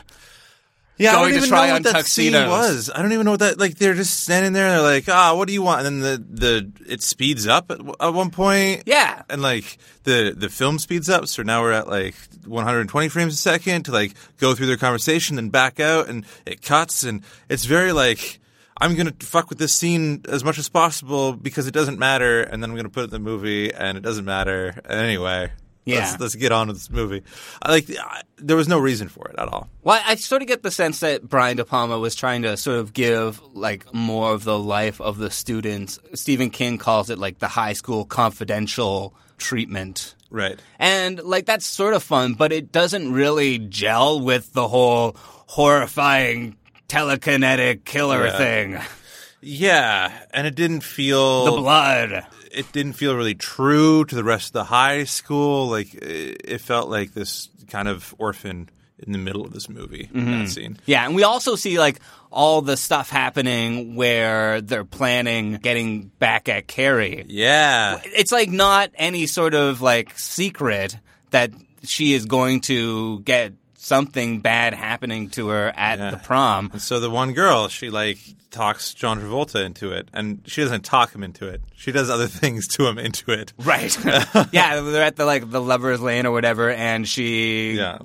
Speaker 7: Yeah, I
Speaker 6: Going
Speaker 7: don't
Speaker 6: to
Speaker 7: even
Speaker 6: try
Speaker 7: know
Speaker 6: on
Speaker 7: what that
Speaker 6: tuxedos.
Speaker 7: scene was. I don't even know what that like. They're just standing there. and They're like, ah, what do you want? And then the the it speeds up at, at one point.
Speaker 6: Yeah.
Speaker 7: and like the the film speeds up. So now we're at like 120 frames a second to like go through their conversation, then back out, and it cuts, and it's very like. I'm gonna fuck with this scene as much as possible because it doesn't matter, and then I'm gonna put it in the movie, and it doesn't matter anyway.
Speaker 6: Yeah.
Speaker 7: let's, let's get on with this movie. I, like, I, there was no reason for it at all.
Speaker 6: Well, I sort of get the sense that Brian De Palma was trying to sort of give like more of the life of the students. Stephen King calls it like the high school confidential treatment.
Speaker 7: Right.
Speaker 6: And like that's sort of fun, but it doesn't really gel with the whole horrifying telekinetic killer
Speaker 7: Yeah.
Speaker 6: thing.
Speaker 7: Yeah, and it didn't feel
Speaker 6: The blood.
Speaker 7: it didn't feel really true to the rest of the high school. Like it it felt like this kind of orphan in the middle of this movie. That scene.
Speaker 6: Yeah, and we also see like all the stuff happening where they're planning getting back at Carrie.
Speaker 7: Yeah,
Speaker 6: it's like not any sort of like secret that she is going to get something bad happening to her at
Speaker 7: Yeah.
Speaker 6: the prom.
Speaker 7: and so the one girl she like talks John Travolta into it, and she doesn't talk him into it. She does other things to him into it.
Speaker 6: Right. yeah, they're at the like the lovers lane or whatever and she
Speaker 7: Yeah.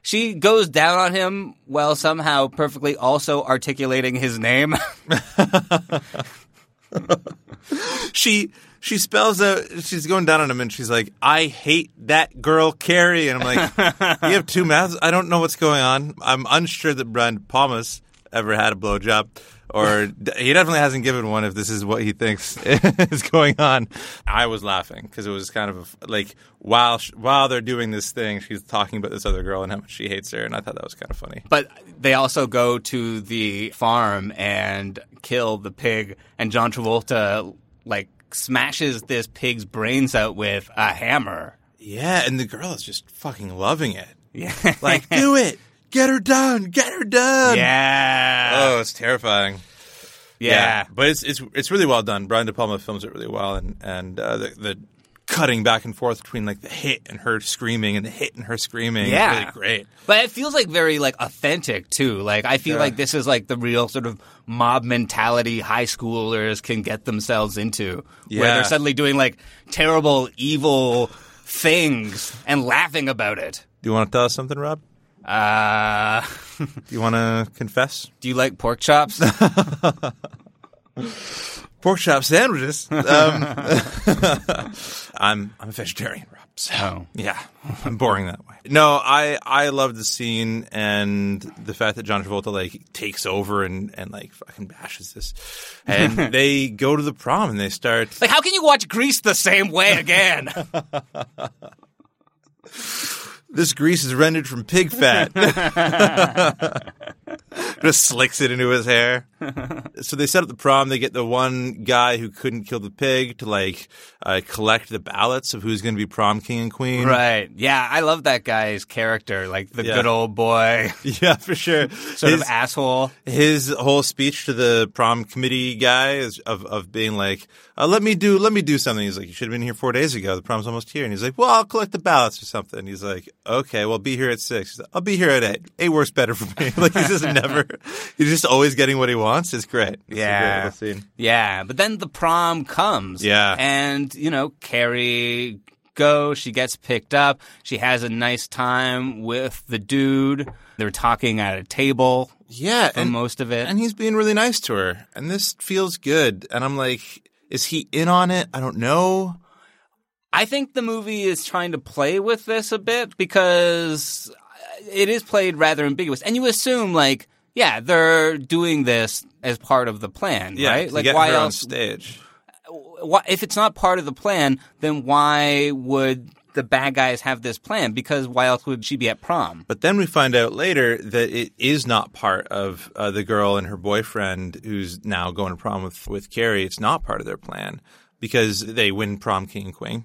Speaker 6: she goes down on him while somehow perfectly also articulating his name.
Speaker 7: she she spells out she's going down on him and she's like i hate that girl carrie and i'm like you have two mouths i don't know what's going on i'm unsure that brian De palmas ever had a blowjob or d- he definitely hasn't given one if this is what he thinks is going on i was laughing because it was kind of a f like while sh- while they're doing this thing she's talking about this other girl and how much she hates her and i thought that was kind of funny
Speaker 6: but they also go to the farm and kill the pig and John Travolta like smashes this pig's brains out with a hammer.
Speaker 7: yeah and the girl is just fucking loving it
Speaker 6: Yeah.
Speaker 7: like do it get her done get her done
Speaker 6: yeah.
Speaker 7: Oh, it's terrifying.
Speaker 6: yeah.
Speaker 7: but it's it's it's really well done. Brian De Palma films it really well, and and uh, the the cutting back and forth between like the hit and her screaming and the hit and her screaming. is
Speaker 6: Yeah.
Speaker 7: really great.
Speaker 6: But it feels like very like authentic too. Like I feel like this is like the real sort of mob mentality high schoolers can get themselves into where
Speaker 7: Yeah.
Speaker 6: they're suddenly doing like terrible evil things and laughing about it.
Speaker 7: Do you want to tell us something, Rob?
Speaker 6: Uh
Speaker 7: Do you want to confess?
Speaker 6: do you like pork chops?
Speaker 7: Pork chop sandwiches. Um, I'm I'm a vegetarian, Rob. So.
Speaker 6: oh.
Speaker 7: Yeah, I'm boring that way. No, I I love the scene and the fact that John Travolta like takes over and and like fucking bashes this, and they go to the prom and they start.
Speaker 6: Like how can you watch Grease the same way again?
Speaker 7: This grease is rendered from pig fat. Just slicks it into his hair. so they set up the prom. They get the one guy who couldn't kill the pig to like uh, collect the ballots of who's going to be prom king and queen.
Speaker 6: Right. Yeah, I love that guy's character, like the
Speaker 7: Yeah.
Speaker 6: good old boy,
Speaker 7: Yeah, for sure.
Speaker 6: sort
Speaker 7: his,
Speaker 6: of asshole.
Speaker 7: his whole speech to the prom committee guy is of of being like, uh, "Let me do, let me do something." He's like, "You should have been here four days ago. The prom's almost here." And he's like, "Well, I'll collect the ballots or something." He's like, "Okay, well, be here at six. He's like, I'll be here at eight. Eight works better for me." like he's just never, he's just always getting what he wants. It's great. It's a great
Speaker 6: Yeah.
Speaker 7: little scene.
Speaker 6: Yeah, but then the prom comes.
Speaker 7: Yeah.
Speaker 6: And, you know, Carrie goes, she gets picked up, she has a nice time with the dude. They're talking at a table
Speaker 7: Yeah,
Speaker 6: for most of it.
Speaker 7: and he's being really nice to her, and this feels good. And I'm like, is he in on it? I don't know.
Speaker 6: I think the movie is trying to play with this a bit because it is played rather ambiguous. And you assume, like, yeah, they're doing this as part of the plan, right?
Speaker 7: to
Speaker 6: Like,
Speaker 7: get
Speaker 6: why
Speaker 7: her on
Speaker 6: else?
Speaker 7: stage?
Speaker 6: why, if it's not part of the plan, then why would the bad guys have this plan? Because why else would she be at prom?
Speaker 7: But then we find out later that it is not part of uh, the girl and her boyfriend who's now going to prom with, with Carrie. It's not part of their plan because they win prom king and queen.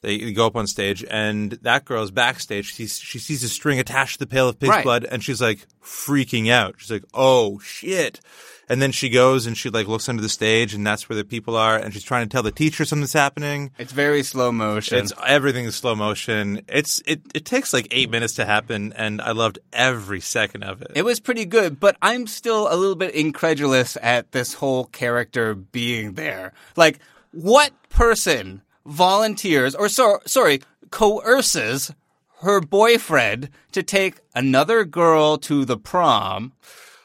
Speaker 7: They go up on stage and that girl's backstage. She, she sees a string attached to the pail of pig's
Speaker 6: Right.
Speaker 7: blood and she's like freaking out. She's like, oh shit. And then she goes and she like looks under the stage and that's where the people are. And she's trying to tell the teacher something's happening.
Speaker 6: It's very slow motion.
Speaker 7: It's everything is slow motion. It's it, it takes like eight minutes to happen, and I loved every second of it.
Speaker 6: it was pretty good, but I'm still a little bit incredulous at this whole character being there. Like, what person volunteers or so, sorry, coerces her boyfriend to take another girl to the prom?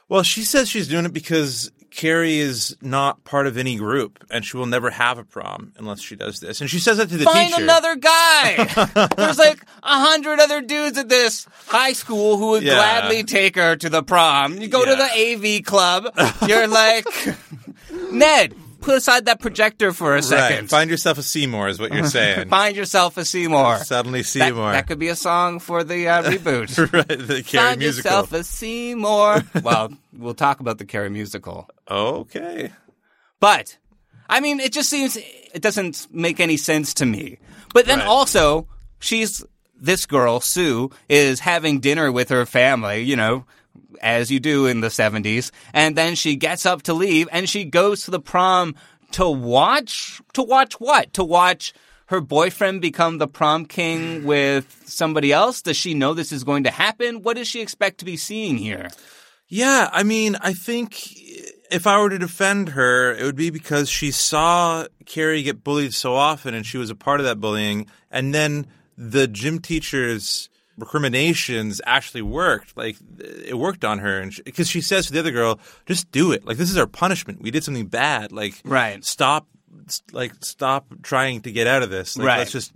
Speaker 7: Well, she says she's doing it because Carrie is not part of any group, and she will never have a prom unless she does this. And she says that to the
Speaker 6: Find
Speaker 7: teacher.
Speaker 6: another guy. There's like a hundred other dudes at this high school who would
Speaker 7: Yeah.
Speaker 6: gladly take her to the prom. You go to the AV club. You're like, Ned, put aside that projector for a second.
Speaker 7: Right. Find yourself a Seymour is what you're saying.
Speaker 6: Find yourself a Seymour.
Speaker 7: Suddenly
Speaker 6: That,
Speaker 7: Seymour.
Speaker 6: that could be a song for the uh, reboot.
Speaker 7: right, the Carrie
Speaker 6: Find
Speaker 7: musical.
Speaker 6: yourself a Seymour. well, we'll talk about the Carrie musical.
Speaker 7: okay.
Speaker 6: But I mean, it just seems it doesn't make any sense to me. But then
Speaker 7: Right.
Speaker 6: also, she's this girl Sue is having dinner with her family, you know, as you do in the 70s, and then she gets up to leave and she goes to the prom to watch to watch what? To watch her boyfriend become the prom king with somebody else? Does she know this is going to happen? What does she expect to be seeing here?
Speaker 7: Yeah, I mean, I think if I were to defend her, it would be because she saw Carrie get bullied so often and she was a part of that bullying. And then the gym teacher's recriminations actually worked. Like, it worked on her. And because she, says to the other girl, just do it. Like, this is our punishment. We did something bad. Like,
Speaker 6: Right.
Speaker 7: stop. Like, stop trying to get out of this. Like,
Speaker 6: Right.
Speaker 7: Let's just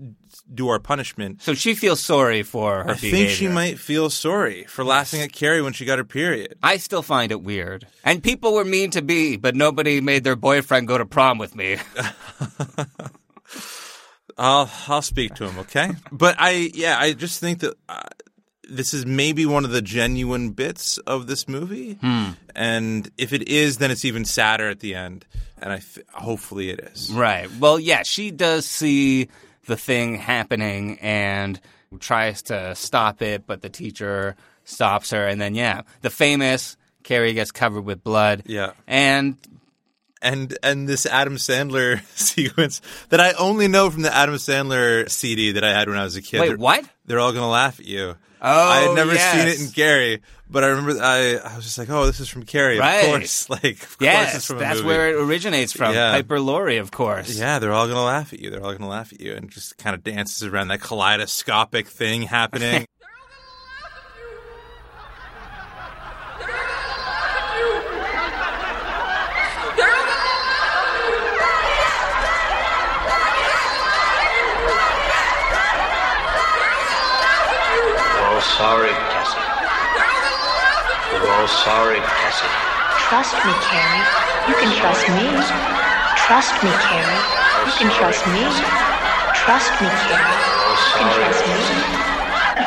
Speaker 7: do our punishment.
Speaker 6: So she feels sorry for her
Speaker 7: I think she
Speaker 6: behavior.
Speaker 7: might feel sorry for laughing at Carrie when she got her period.
Speaker 6: I still find it weird. And people were mean to me, but nobody made their boyfriend go to prom with me.
Speaker 7: I'll I'll speak to him, okay? but I yeah, I just think that uh, this is maybe one of the genuine bits of this movie,
Speaker 6: Hmm.
Speaker 7: and if it is, then it's even sadder at the end. And I th- hopefully it is.
Speaker 6: right. Well, yeah, she does see the thing happening and tries to stop it, but the teacher stops her. And then, yeah, the famous Carrie gets covered with blood.
Speaker 7: Yeah.
Speaker 6: And
Speaker 7: And and this Adam Sandler sequence that I only know from the Adam Sandler CD that I had when I was a kid.
Speaker 6: Wait,
Speaker 7: They're-
Speaker 6: what?
Speaker 7: They're all gonna laugh at you.
Speaker 6: Oh,
Speaker 7: I had never
Speaker 6: yes.
Speaker 7: seen it in Gary, but I remember I, I was just like, oh, this is from Gary,
Speaker 6: Right.
Speaker 7: of course. Like, of course, it's
Speaker 6: yes,
Speaker 7: from a
Speaker 6: that's
Speaker 7: movie.
Speaker 6: where it originates from.
Speaker 7: Yeah.
Speaker 6: Piper Laurie, of course.
Speaker 7: Yeah, they're all gonna laugh at you. They're all gonna laugh at you, and just kind of dances around that kaleidoscopic thing happening.
Speaker 2: We're all sorry, Cassie. We're all sorry, Cassie.
Speaker 9: Trust me, Carrie. You can trust me. Trust me, Carrie. You can trust me. Trust me, Carrie.
Speaker 2: We're all
Speaker 9: You can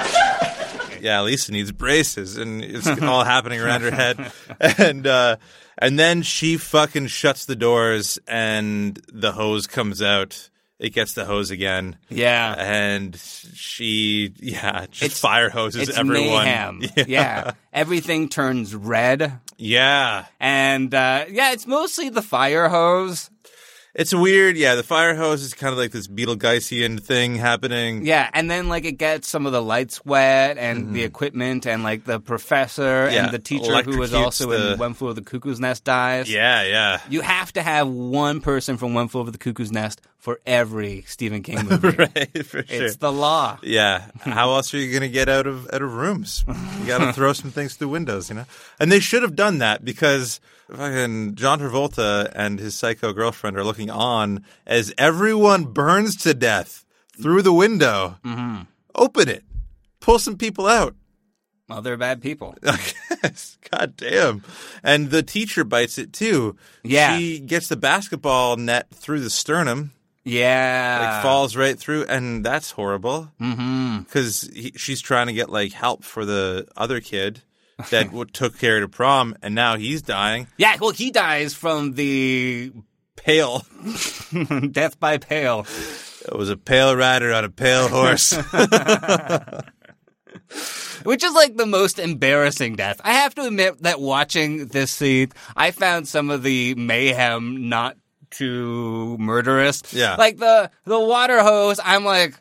Speaker 2: sorry.
Speaker 9: trust me.
Speaker 7: yeah, Lisa needs braces, and it's all happening around her head, and uh, and then she fucking shuts the doors, and the hose comes out. It gets the hose again.
Speaker 6: Yeah.
Speaker 7: and she yeah just fire hoses
Speaker 6: it's
Speaker 7: everyone.
Speaker 6: mayhem. Yeah. everything turns red,
Speaker 7: yeah,
Speaker 6: and uh, yeah, it's mostly the fire hose.
Speaker 7: it's weird. Yeah, the fire hose is kind of like this Beetlegeisian thing happening.
Speaker 6: Yeah, and then like it gets some of the lights wet and the equipment and like the professor
Speaker 7: Mm-hmm. Yeah,
Speaker 6: and the teacher who was
Speaker 7: electrocutes
Speaker 6: also
Speaker 7: the-
Speaker 6: in One Flew Over the Cuckoo's Nest dies.
Speaker 7: yeah, yeah.
Speaker 6: You have to have one person from One Flew Over the Cuckoo's Nest for every Stephen King movie.
Speaker 7: right, for sure.
Speaker 6: It's the law.
Speaker 7: Yeah. How else are you going to get out of out of rooms? You got to throw some things through windows, you know. And they should have done that because fucking John Travolta and his psycho girlfriend are looking on as everyone burns to death through the window. Open it. Pull some people out.
Speaker 6: Well, they're bad people.
Speaker 7: Uh, Yes. God damn. And the teacher bites it too.
Speaker 6: Yeah.
Speaker 7: She gets the basketball net through the sternum.
Speaker 6: Yeah. Ah.
Speaker 7: Like falls right through, and that's horrible. Because mm she's trying to get like help for the other kid that w- took care to prom, and now he's dying.
Speaker 6: Yeah, well, he dies from the
Speaker 7: Pale,
Speaker 6: death by pale.
Speaker 7: it was a pale rider on a pale horse.
Speaker 6: which is like the most embarrassing death. I have to admit that watching this scene, I found some of the mayhem not too murderous.
Speaker 7: Yeah.
Speaker 6: like the the water hose. I'm like.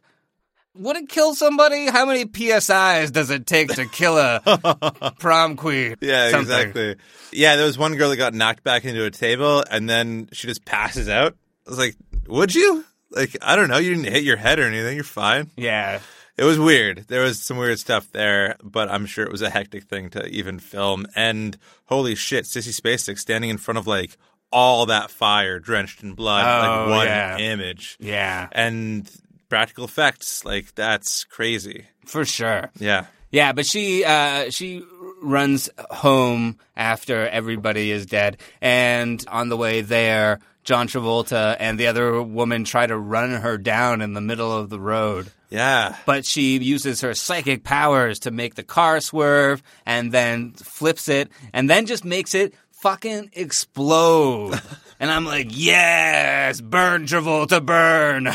Speaker 6: Would it kill somebody? How many psi's does it take to kill a prom queen?
Speaker 7: yeah,
Speaker 6: Something.
Speaker 7: exactly. Yeah, there was one girl that got knocked back into a table, and then she just passes out. I was like, "Would you?" Like, I don't know. You didn't hit your head or anything. You're fine.
Speaker 6: Yeah,
Speaker 7: It was weird. There was some weird stuff there, but I'm sure it was a hectic thing to even film. And holy shit, Sissy Spacek standing in front of like all that fire drenched in blood,
Speaker 6: Oh,
Speaker 7: like one
Speaker 6: yeah.
Speaker 7: image.
Speaker 6: yeah,
Speaker 7: And practical effects, like that's crazy.
Speaker 6: for sure.
Speaker 7: Yeah.
Speaker 6: Yeah, but she uh, she runs home after everybody is dead, and on the way there, John Travolta and the other woman try to run her down in the middle of the road.
Speaker 7: Yeah.
Speaker 6: But she uses her psychic powers to make the car swerve, and then flips it, and then just makes it fucking explode. and I'm like, yes, burn Travolta, burn.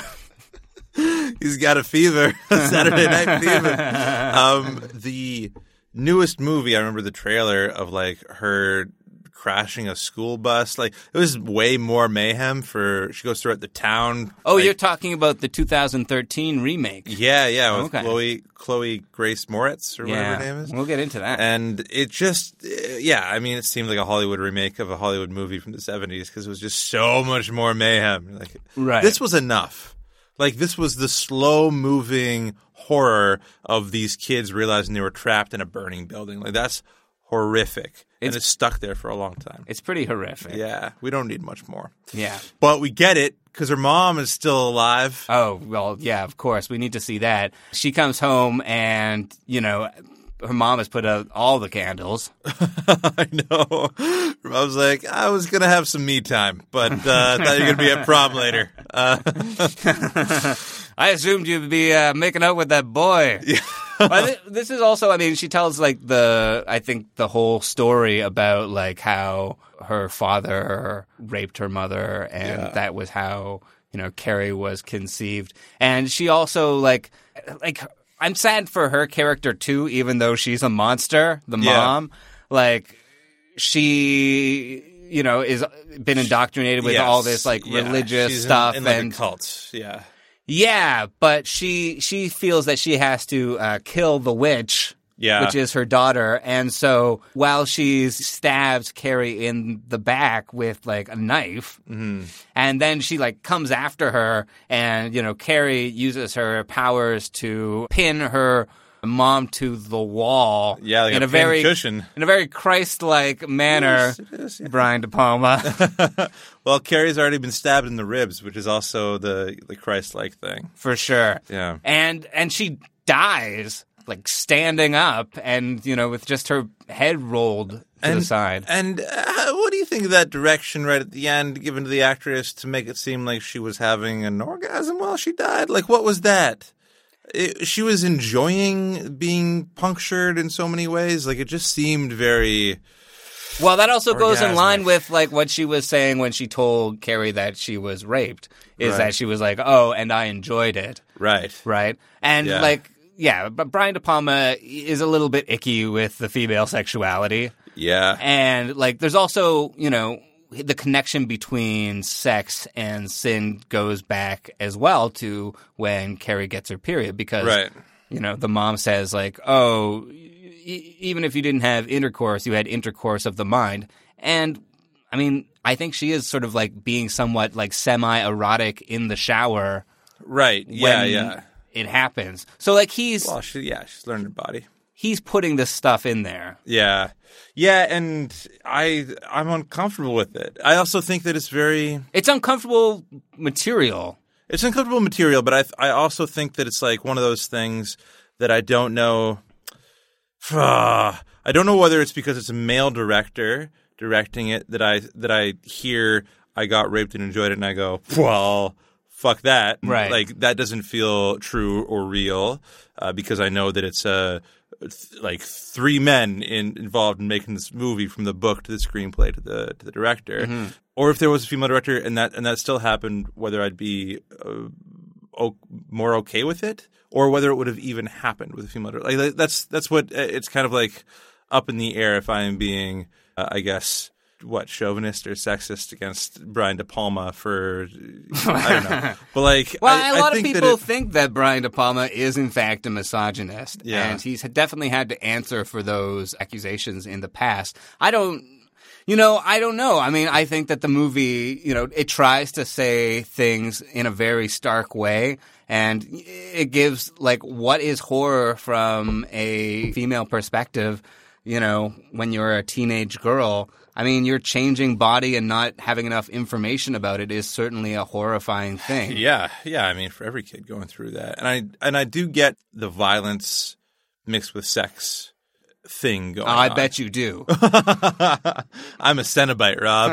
Speaker 7: He's got a fever. Saturday night fever. Um, the newest movie, I remember the trailer of like her crashing a school bus. Like it was way more mayhem for she goes throughout the town.
Speaker 6: Oh,
Speaker 7: like,
Speaker 6: you're talking about the 2013 remake.
Speaker 7: Yeah, yeah, with
Speaker 6: Okay.
Speaker 7: Chloe Chloe Grace Moritz or whatever her name is.
Speaker 6: We'll get into that.
Speaker 7: And it just, uh, yeah, I mean, it seemed like a Hollywood remake of a Hollywood movie from the '70s because it was just so much more mayhem. Like,
Speaker 6: Right.
Speaker 7: this was enough. Like, this was the slow-moving horror of these kids realizing they were trapped in a burning building. Like, that's horrific, and
Speaker 6: It's-
Speaker 7: it's stuck there for a long time.
Speaker 6: it's pretty horrific.
Speaker 7: Yeah, we don't need much more,
Speaker 6: Yeah.
Speaker 7: but we get it because her mom is still alive.
Speaker 6: Oh, well, yeah, of course. We need to see that. She comes home and, you know, her mom has put out all the candles.
Speaker 7: I know. I was like, I was gonna have some me time, but uh, I thought you were gonna be at prom later. Uh,
Speaker 6: I assumed you'd be uh, making out with that boy. Well, thi- this is also, I mean, she tells like the, I think the whole story about like how her father raped her mother and that was how, you know, Carrie was conceived. And she also like, like, I'm sad for her character too, even though she's a monster, the
Speaker 7: Yeah.
Speaker 6: mom. Like, she, you know, is been indoctrinated with
Speaker 7: yes.
Speaker 6: all this like
Speaker 7: Yeah.
Speaker 6: religious
Speaker 7: She's in-
Speaker 6: stuff
Speaker 7: in, like, a
Speaker 6: and
Speaker 7: cult. Yeah,
Speaker 6: yeah, but she she feels that she has to uh, kill the witch,
Speaker 7: Yeah.
Speaker 6: which is her daughter, and so while she stabs Carrie in the back with like a knife,
Speaker 7: Mm-hmm.
Speaker 6: and then she like comes after her, and you know Carrie uses her powers to pin her mom to the wall,
Speaker 7: Yeah, like
Speaker 6: in
Speaker 7: a
Speaker 6: a,
Speaker 7: pin
Speaker 6: very
Speaker 7: cushion.
Speaker 6: in a very Christ like manner. Brian De Palma,
Speaker 7: Well, Carrie's already been stabbed in the ribs, which is also the the Christ-like thing.
Speaker 6: for sure.
Speaker 7: Yeah.
Speaker 6: and and she dies like standing up and you know with just her head rolled to the side
Speaker 7: And uh, what do you think of that direction right at the end given to the actress to make it seem like she was having an orgasm while she died? Like, what was that? it, she was enjoying being punctured in so many ways. Like it just seemed very.
Speaker 6: Well, that also goes in line with like what she was saying when she told Carrie that she was raped. Is
Speaker 7: Right.
Speaker 6: that she was like, "Oh, and I enjoyed it."
Speaker 7: Right.
Speaker 6: Right. And
Speaker 7: Yeah.
Speaker 6: like, yeah, but Brian De Palma is a little bit icky with the female sexuality.
Speaker 7: Yeah.
Speaker 6: And like, there's also, you know, the connection between sex and sin goes back as well to when Carrie gets her period because,
Speaker 7: Right.
Speaker 6: you know, the mom says, like, oh, e- even if you didn't have intercourse, you had intercourse of the mind. And I mean, I think she is sort of like being somewhat like semi erotic in the shower
Speaker 7: Right. Yeah.
Speaker 6: when
Speaker 7: yeah.
Speaker 6: it happens. So like he's
Speaker 7: Well, Oh, she, yeah, she's learned her body.
Speaker 6: he's putting this stuff in there.
Speaker 7: Yeah. Yeah, and I I'm uncomfortable with it. I also think that it's very
Speaker 6: It's uncomfortable material.
Speaker 7: it's uncomfortable material, but I I also think that it's like one of those things that I don't know. I don't know whether it's because it's a male director directing it that I that I hear I got raped and enjoyed it, and I go, well, fuck that,
Speaker 6: Right.
Speaker 7: Like that doesn't feel true or real uh, because I know that it's Uh, th- like three men in, involved in making this movie from the book to the screenplay to the to the director or if there was a female director and that and that still happened whether I'd be o- more okay with it, or whether it would have even happened with a female director. Like that- that's that's what uh, it's kind of like up in the air. If I am being, uh, I guess, what chauvinist or sexist against Brian De Palma for, I don't know, but like, I,
Speaker 6: Well, a
Speaker 7: I
Speaker 6: lot
Speaker 7: think
Speaker 6: of
Speaker 7: that
Speaker 6: people
Speaker 7: it-
Speaker 6: think that Brian De Palma is in fact a misogynist,
Speaker 7: Yeah.
Speaker 6: and he's definitely had to answer for those accusations in the past. I don't, you know, I don't know. I mean, I think that the movie, you know, it tries to say things in a very stark way, and it gives like what is horror from a female perspective. You know, when you're a teenage girl. I mean, your changing body and not having enough information about it is certainly a horrifying thing.
Speaker 7: Yeah, yeah. I mean, for every kid going through that, and I and I do get the violence mixed with sex thing going.
Speaker 6: Oh, I
Speaker 7: on.
Speaker 6: bet you do.
Speaker 7: I'm a Cenobite, Rob,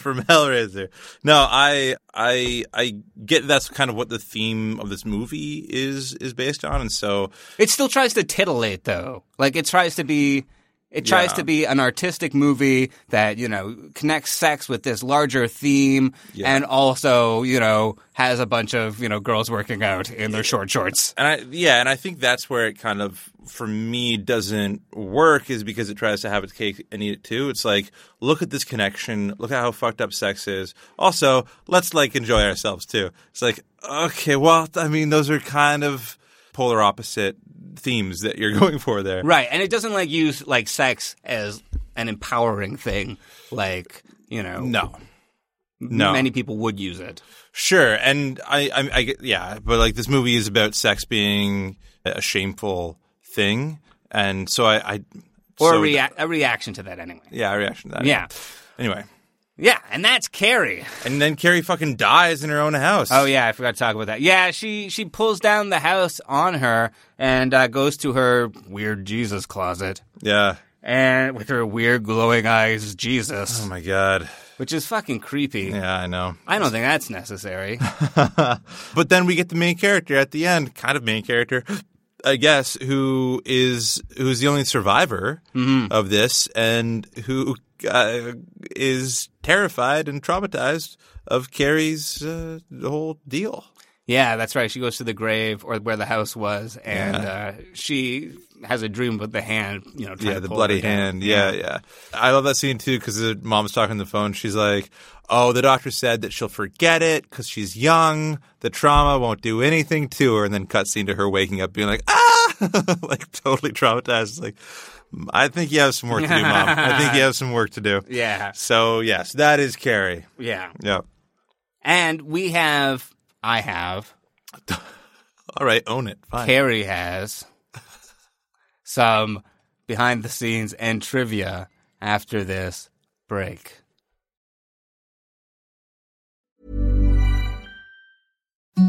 Speaker 7: from Hellraiser. No, I, I, I get that's kind of what the theme of this movie is is based on, and so
Speaker 6: it still tries to titillate though. Like it tries to be it tries
Speaker 7: Yeah.
Speaker 6: to be an artistic movie that, you know, connects sex with this larger theme
Speaker 7: Yeah.
Speaker 6: and also, you know, has a bunch of, you know, girls working out in their short shorts.
Speaker 7: and I, yeah, and I think that's where it kind of for me doesn't work is because it tries to have its cake and eat it too. It's like look at this connection, look at how fucked up sex is. Also, let's like enjoy ourselves too. It's like okay, well, I mean, those are kind of polar opposite themes that you're going for there.
Speaker 6: Right. And it doesn't like use like sex as an empowering thing like, you know,
Speaker 7: No. No.
Speaker 6: many people would use it.
Speaker 7: Sure, and I, I, I get- yeah, but like this movie is about sex being a shameful thing, and so I, I
Speaker 6: Or
Speaker 7: so-
Speaker 6: a, rea- a reaction to that anyway.
Speaker 7: yeah, a reaction to that.
Speaker 6: Yeah.
Speaker 7: Anyway,
Speaker 6: Yeah, and that's Carrie.
Speaker 7: and then Carrie fucking dies in her own house.
Speaker 6: Oh yeah, I forgot to talk about that. Yeah, she she pulls down the house on her and uh, goes to her weird Jesus closet
Speaker 7: yeah.
Speaker 6: and with her weird glowing eyes Jesus,
Speaker 7: Oh my god.
Speaker 6: which is fucking creepy.
Speaker 7: Yeah, I know.
Speaker 6: I don't think that's necessary.
Speaker 7: But then we get the main character at the end, kind of main character, I guess, who is who's the only survivor of this, and who uh, is terrified and traumatized of Carrie's uh, whole deal.
Speaker 6: yeah, that's right. She goes to the grave or where the house was, and uh, she has a dream with the hand, you know, trying
Speaker 7: Yeah,
Speaker 6: to
Speaker 7: the
Speaker 6: pull
Speaker 7: bloody
Speaker 6: her down.
Speaker 7: hand. Yeah, yeah, I love that scene too because the mom's talking on the phone. She's like, "Oh, the doctor said that she'll forget it because she's young. The trauma won't do anything to her." And then cutscene to her waking up, being like, "Ah!" like totally traumatized. It's like, I think you have some work to do, mom. I think you have some work to do.
Speaker 6: Yeah,
Speaker 7: So yes, that is Carrie.
Speaker 6: yeah.
Speaker 7: Yeah.
Speaker 6: And we have, I have,
Speaker 7: All right, own it. Fine.
Speaker 6: Carrie has some behind the scenes and trivia after this break.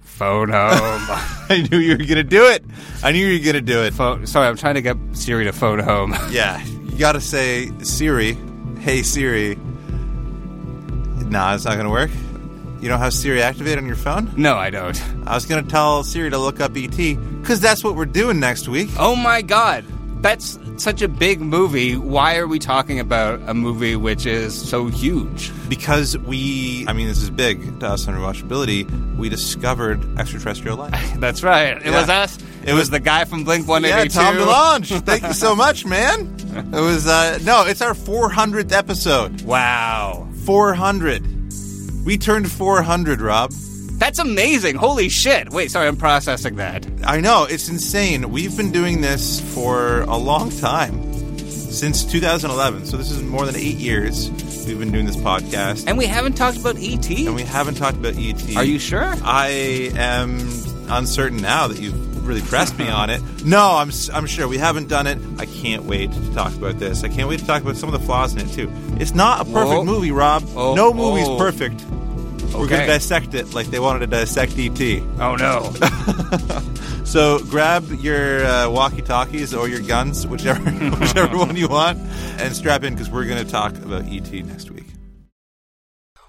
Speaker 6: Phone home.
Speaker 7: I knew you were going to do it. I knew you were going to do it.
Speaker 6: Phone, sorry, I'm trying to get Siri to phone home.
Speaker 7: yeah, you got to say, Siri, hey Siri. Nah, it's not going to work. You don't have Siri activate on your phone?
Speaker 6: No, I don't.
Speaker 7: I was going to tell Siri to look up ET because that's what we're doing next week.
Speaker 6: Oh my god, that's such a big movie. Why are we talking about a movie which is so huge?
Speaker 7: Because we, I mean, this is big to us on rewatchability. We discovered extraterrestrial life.
Speaker 6: that's right. It
Speaker 7: Yeah.
Speaker 6: was us. It, was, the guy from Blink One
Speaker 7: yeah,
Speaker 6: Eighty Two.
Speaker 7: Tom DeLonge. Thank you so much, man. It was, uh, no, it's our 400th episode.
Speaker 6: Wow,
Speaker 7: 400. We turned 400, Rob.
Speaker 6: that's amazing. Holy shit! Wait, sorry, I'm processing that.
Speaker 7: I know, it's insane. We've been doing this for a long time. Since 2011, so this is more than eight years we've been doing this podcast.
Speaker 6: And we haven't talked about ET.
Speaker 7: and we haven't talked about ET.
Speaker 6: Are you sure?
Speaker 7: I am uncertain now that you've really pressed me on it. No, I'm s- I'm sure we haven't done it. I can't wait to talk about this. I can't wait to talk about some of the flaws in it too. It's not a perfect
Speaker 6: Whoa.
Speaker 7: movie, Rob.
Speaker 6: Oh,
Speaker 7: no movie's
Speaker 6: oh.
Speaker 7: perfect. We're going
Speaker 6: Okay.
Speaker 7: to dissect it like they wanted to dissect E ET.
Speaker 6: Oh no.
Speaker 7: So grab your uh, walkie-talkies or your guns, whichever whichever one you want, and strap in because we're going to talk about ET next week.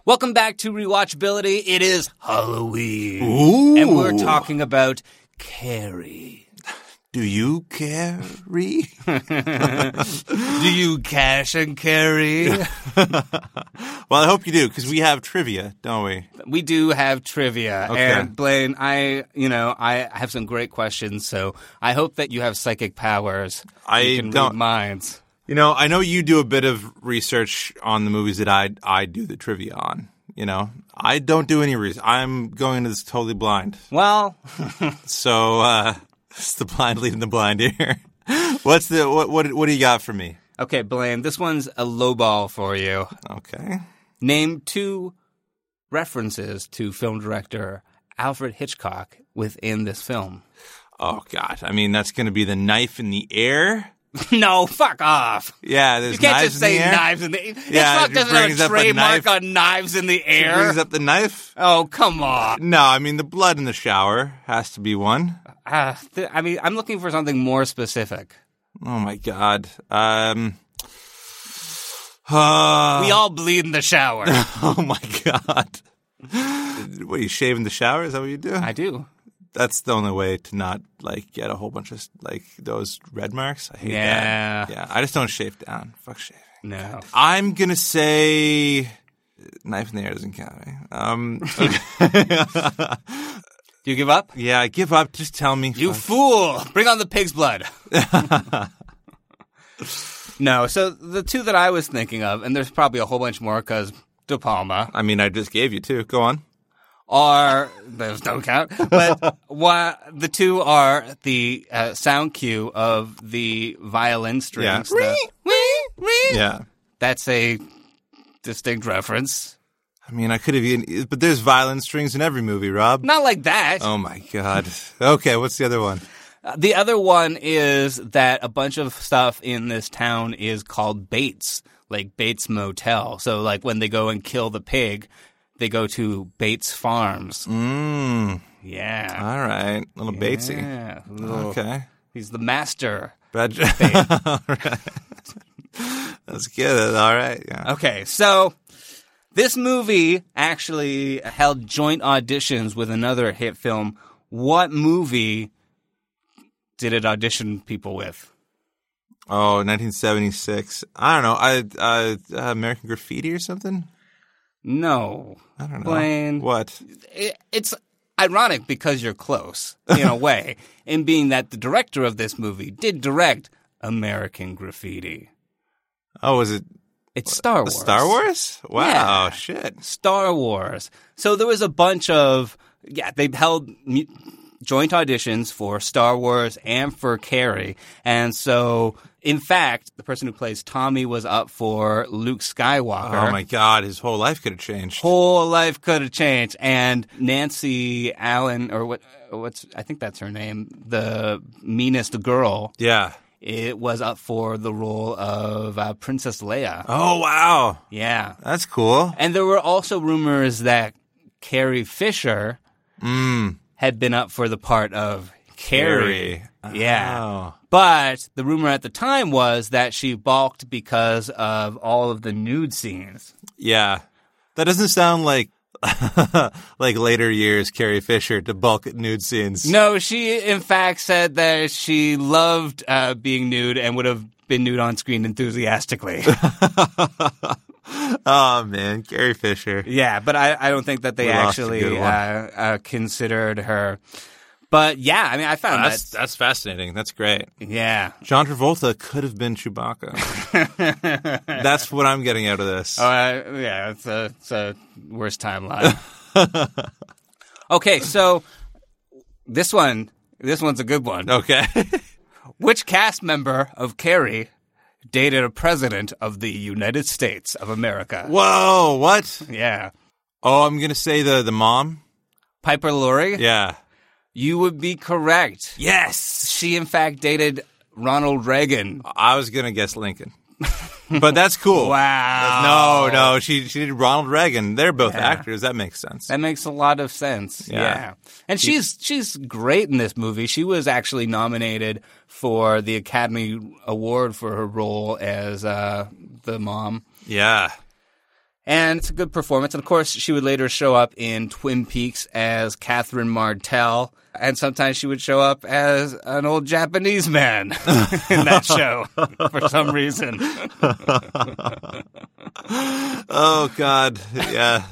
Speaker 6: Welcome back to Rewatchability. It is Halloween.
Speaker 7: Ooh.
Speaker 6: And we're talking about Carrie.
Speaker 7: Do you carry?
Speaker 6: Do you cash and carry?
Speaker 7: Well, I hope you do because we have trivia, don't we?
Speaker 6: we do have trivia.
Speaker 7: Okay.
Speaker 6: And Blaine, I, you know, I have some great questions, so I hope that you have psychic powers.
Speaker 7: I
Speaker 6: you can
Speaker 7: don't-
Speaker 6: read minds.
Speaker 7: You know, I know you do a bit of research on the movies that I I do the trivia on. You know, I don't do any research. I'm going into this totally blind.
Speaker 6: Well,
Speaker 7: So uh, it's the blind leading the blind here. What's the what what what do you got for me?
Speaker 6: okay, Blaine, this one's a lowball for you.
Speaker 7: Okay.
Speaker 6: Name two references to film director Alfred Hitchcock within this film.
Speaker 7: Oh God! I mean, that's going to be the knife in the air.
Speaker 6: no, fuck off.
Speaker 7: Yeah, there's
Speaker 6: You can't
Speaker 7: knives
Speaker 6: just
Speaker 7: in the
Speaker 6: say
Speaker 7: air.
Speaker 6: knives in the air.
Speaker 7: Yeah,
Speaker 6: Hitchcock
Speaker 7: it
Speaker 6: doesn't have
Speaker 7: brings
Speaker 6: a
Speaker 7: up a
Speaker 6: trademark
Speaker 7: knife.
Speaker 6: on knives in the
Speaker 7: It
Speaker 6: air.
Speaker 7: brings up the knife.
Speaker 6: oh, come on.
Speaker 7: No, I mean the blood in the shower has to be one.
Speaker 6: Uh, th- I mean, I'm looking for something more specific.
Speaker 7: Oh my God. Um.
Speaker 6: we all bleed in the shower.
Speaker 7: Oh my god. What you shave in the shower? Is that what you do?
Speaker 6: I do.
Speaker 7: That's the only way to not like get a whole bunch of like those red marks. I hate
Speaker 6: Yeah.
Speaker 7: that. Yeah. Uh, I just don't shave down. Fuck shaving.
Speaker 6: No.
Speaker 7: I'm gonna say knife in the air doesn't count. Right? Um,
Speaker 6: Do you give up?
Speaker 7: yeah, I give up. Uh. Just tell me.
Speaker 6: You
Speaker 7: Fuck.
Speaker 6: fool! Bring on the pig's blood. no, so the two that I was thinking of, and there's probably a whole bunch more because De Palma
Speaker 7: I mean, I just gave you two. Go on.
Speaker 6: are those don't count. But why, the two are the uh, sound cue of the violin strings.
Speaker 7: Yeah.
Speaker 6: the-
Speaker 7: Yeah.
Speaker 6: That's a distinct reference.
Speaker 7: I mean, I could have even, but there's violin strings in every movie, Rob.
Speaker 6: Not like that. Uh,
Speaker 7: Oh my god. Okay, what's the other one?
Speaker 6: The other one is that a bunch of stuff in this town is called Bates, like Bates Motel. So, like when they go and kill the pig, they go to Bates Farms.
Speaker 7: Mm,
Speaker 6: Yeah.
Speaker 7: all right, little Batesy.
Speaker 6: Yeah.
Speaker 7: Okay.
Speaker 6: He's the master.
Speaker 7: Bad all right. That's good. All right. Yeah.
Speaker 6: Okay, so this movie actually held joint auditions with another hit film. What movie did it audition people with?
Speaker 7: Oh, 1976. I don't know. I uh, uh, American Graffiti or something.
Speaker 6: No.
Speaker 7: I don't know.
Speaker 6: Blaine.
Speaker 7: What?
Speaker 6: it, it's ironic because you're close in a way, in being that the director of this movie did direct American Graffiti.
Speaker 7: Oh, was it
Speaker 6: It's Star Wars.
Speaker 7: Star Wars? Wow,
Speaker 6: Yeah.
Speaker 7: shit.
Speaker 6: Star Wars. So there was a bunch of yeah, they held mu- joint auditions for Star Wars and for Carrie. And so in fact, the person who plays Tommy was up for Luke Skywalker.
Speaker 7: Oh my god, his whole life could have changed.
Speaker 6: Whole life could have changed. And Nancy Allen or what what's I think that's her name, the meanest girl.
Speaker 7: Yeah.
Speaker 6: It was up for the role of uh, Princess Leia.
Speaker 7: Oh wow.
Speaker 6: Yeah.
Speaker 7: That's cool.
Speaker 6: And there were also rumors that Carrie Fisher
Speaker 7: Mm.
Speaker 6: had been up for the part of Carrie. Yeah.
Speaker 7: Wow.
Speaker 6: But the rumor at the time was that she balked because of all of the nude scenes.
Speaker 7: Yeah. That doesn't sound like like later years Carrie Fisher to bulk at nude scenes.
Speaker 6: No, she in fact said that she loved uh, being nude and would have been nude on screen enthusiastically.
Speaker 7: Oh man, Carrie Fisher.
Speaker 6: Yeah, but I, I don't think that they
Speaker 7: We lost a good
Speaker 6: actually uh,
Speaker 7: one.
Speaker 6: uh, considered her. But yeah, I mean, I found
Speaker 7: That's
Speaker 6: that.
Speaker 7: that's fascinating. That's great.
Speaker 6: Yeah.
Speaker 7: John Travolta could have been Chewbacca. that's what I'm getting out of this.
Speaker 6: Uh, yeah, it's a, it's a worse timeline. okay, so this one, this one's a good one.
Speaker 7: Okay.
Speaker 6: Which cast member of Carrie dated a president of the United States of America?
Speaker 7: Whoa, what?
Speaker 6: Yeah,
Speaker 7: Oh, I'm gonna say the the mom.
Speaker 6: Piper Laurie.
Speaker 7: Yeah.
Speaker 6: You would be correct.
Speaker 7: Yes. Oh,
Speaker 6: She, in fact, dated Ronald Reagan.
Speaker 7: I was gonna guess Lincoln. But that's cool.
Speaker 6: Wow.
Speaker 7: No, no, she she did Ronald Reagan. They're both
Speaker 6: Oh. Yeah.
Speaker 7: actors. That makes sense.
Speaker 6: That makes a lot of sense. Yeah.
Speaker 7: Yeah.
Speaker 6: And she's she's great in this movie. She was actually nominated for the Academy Award for her role as uh, the mom.
Speaker 7: yeah.
Speaker 6: And it's a good performance. And of course, she would later show up in Twin Peaks as Catherine Martell. And sometimes she would show up as an old Japanese man in that show for some reason.
Speaker 7: Oh God. Yeah.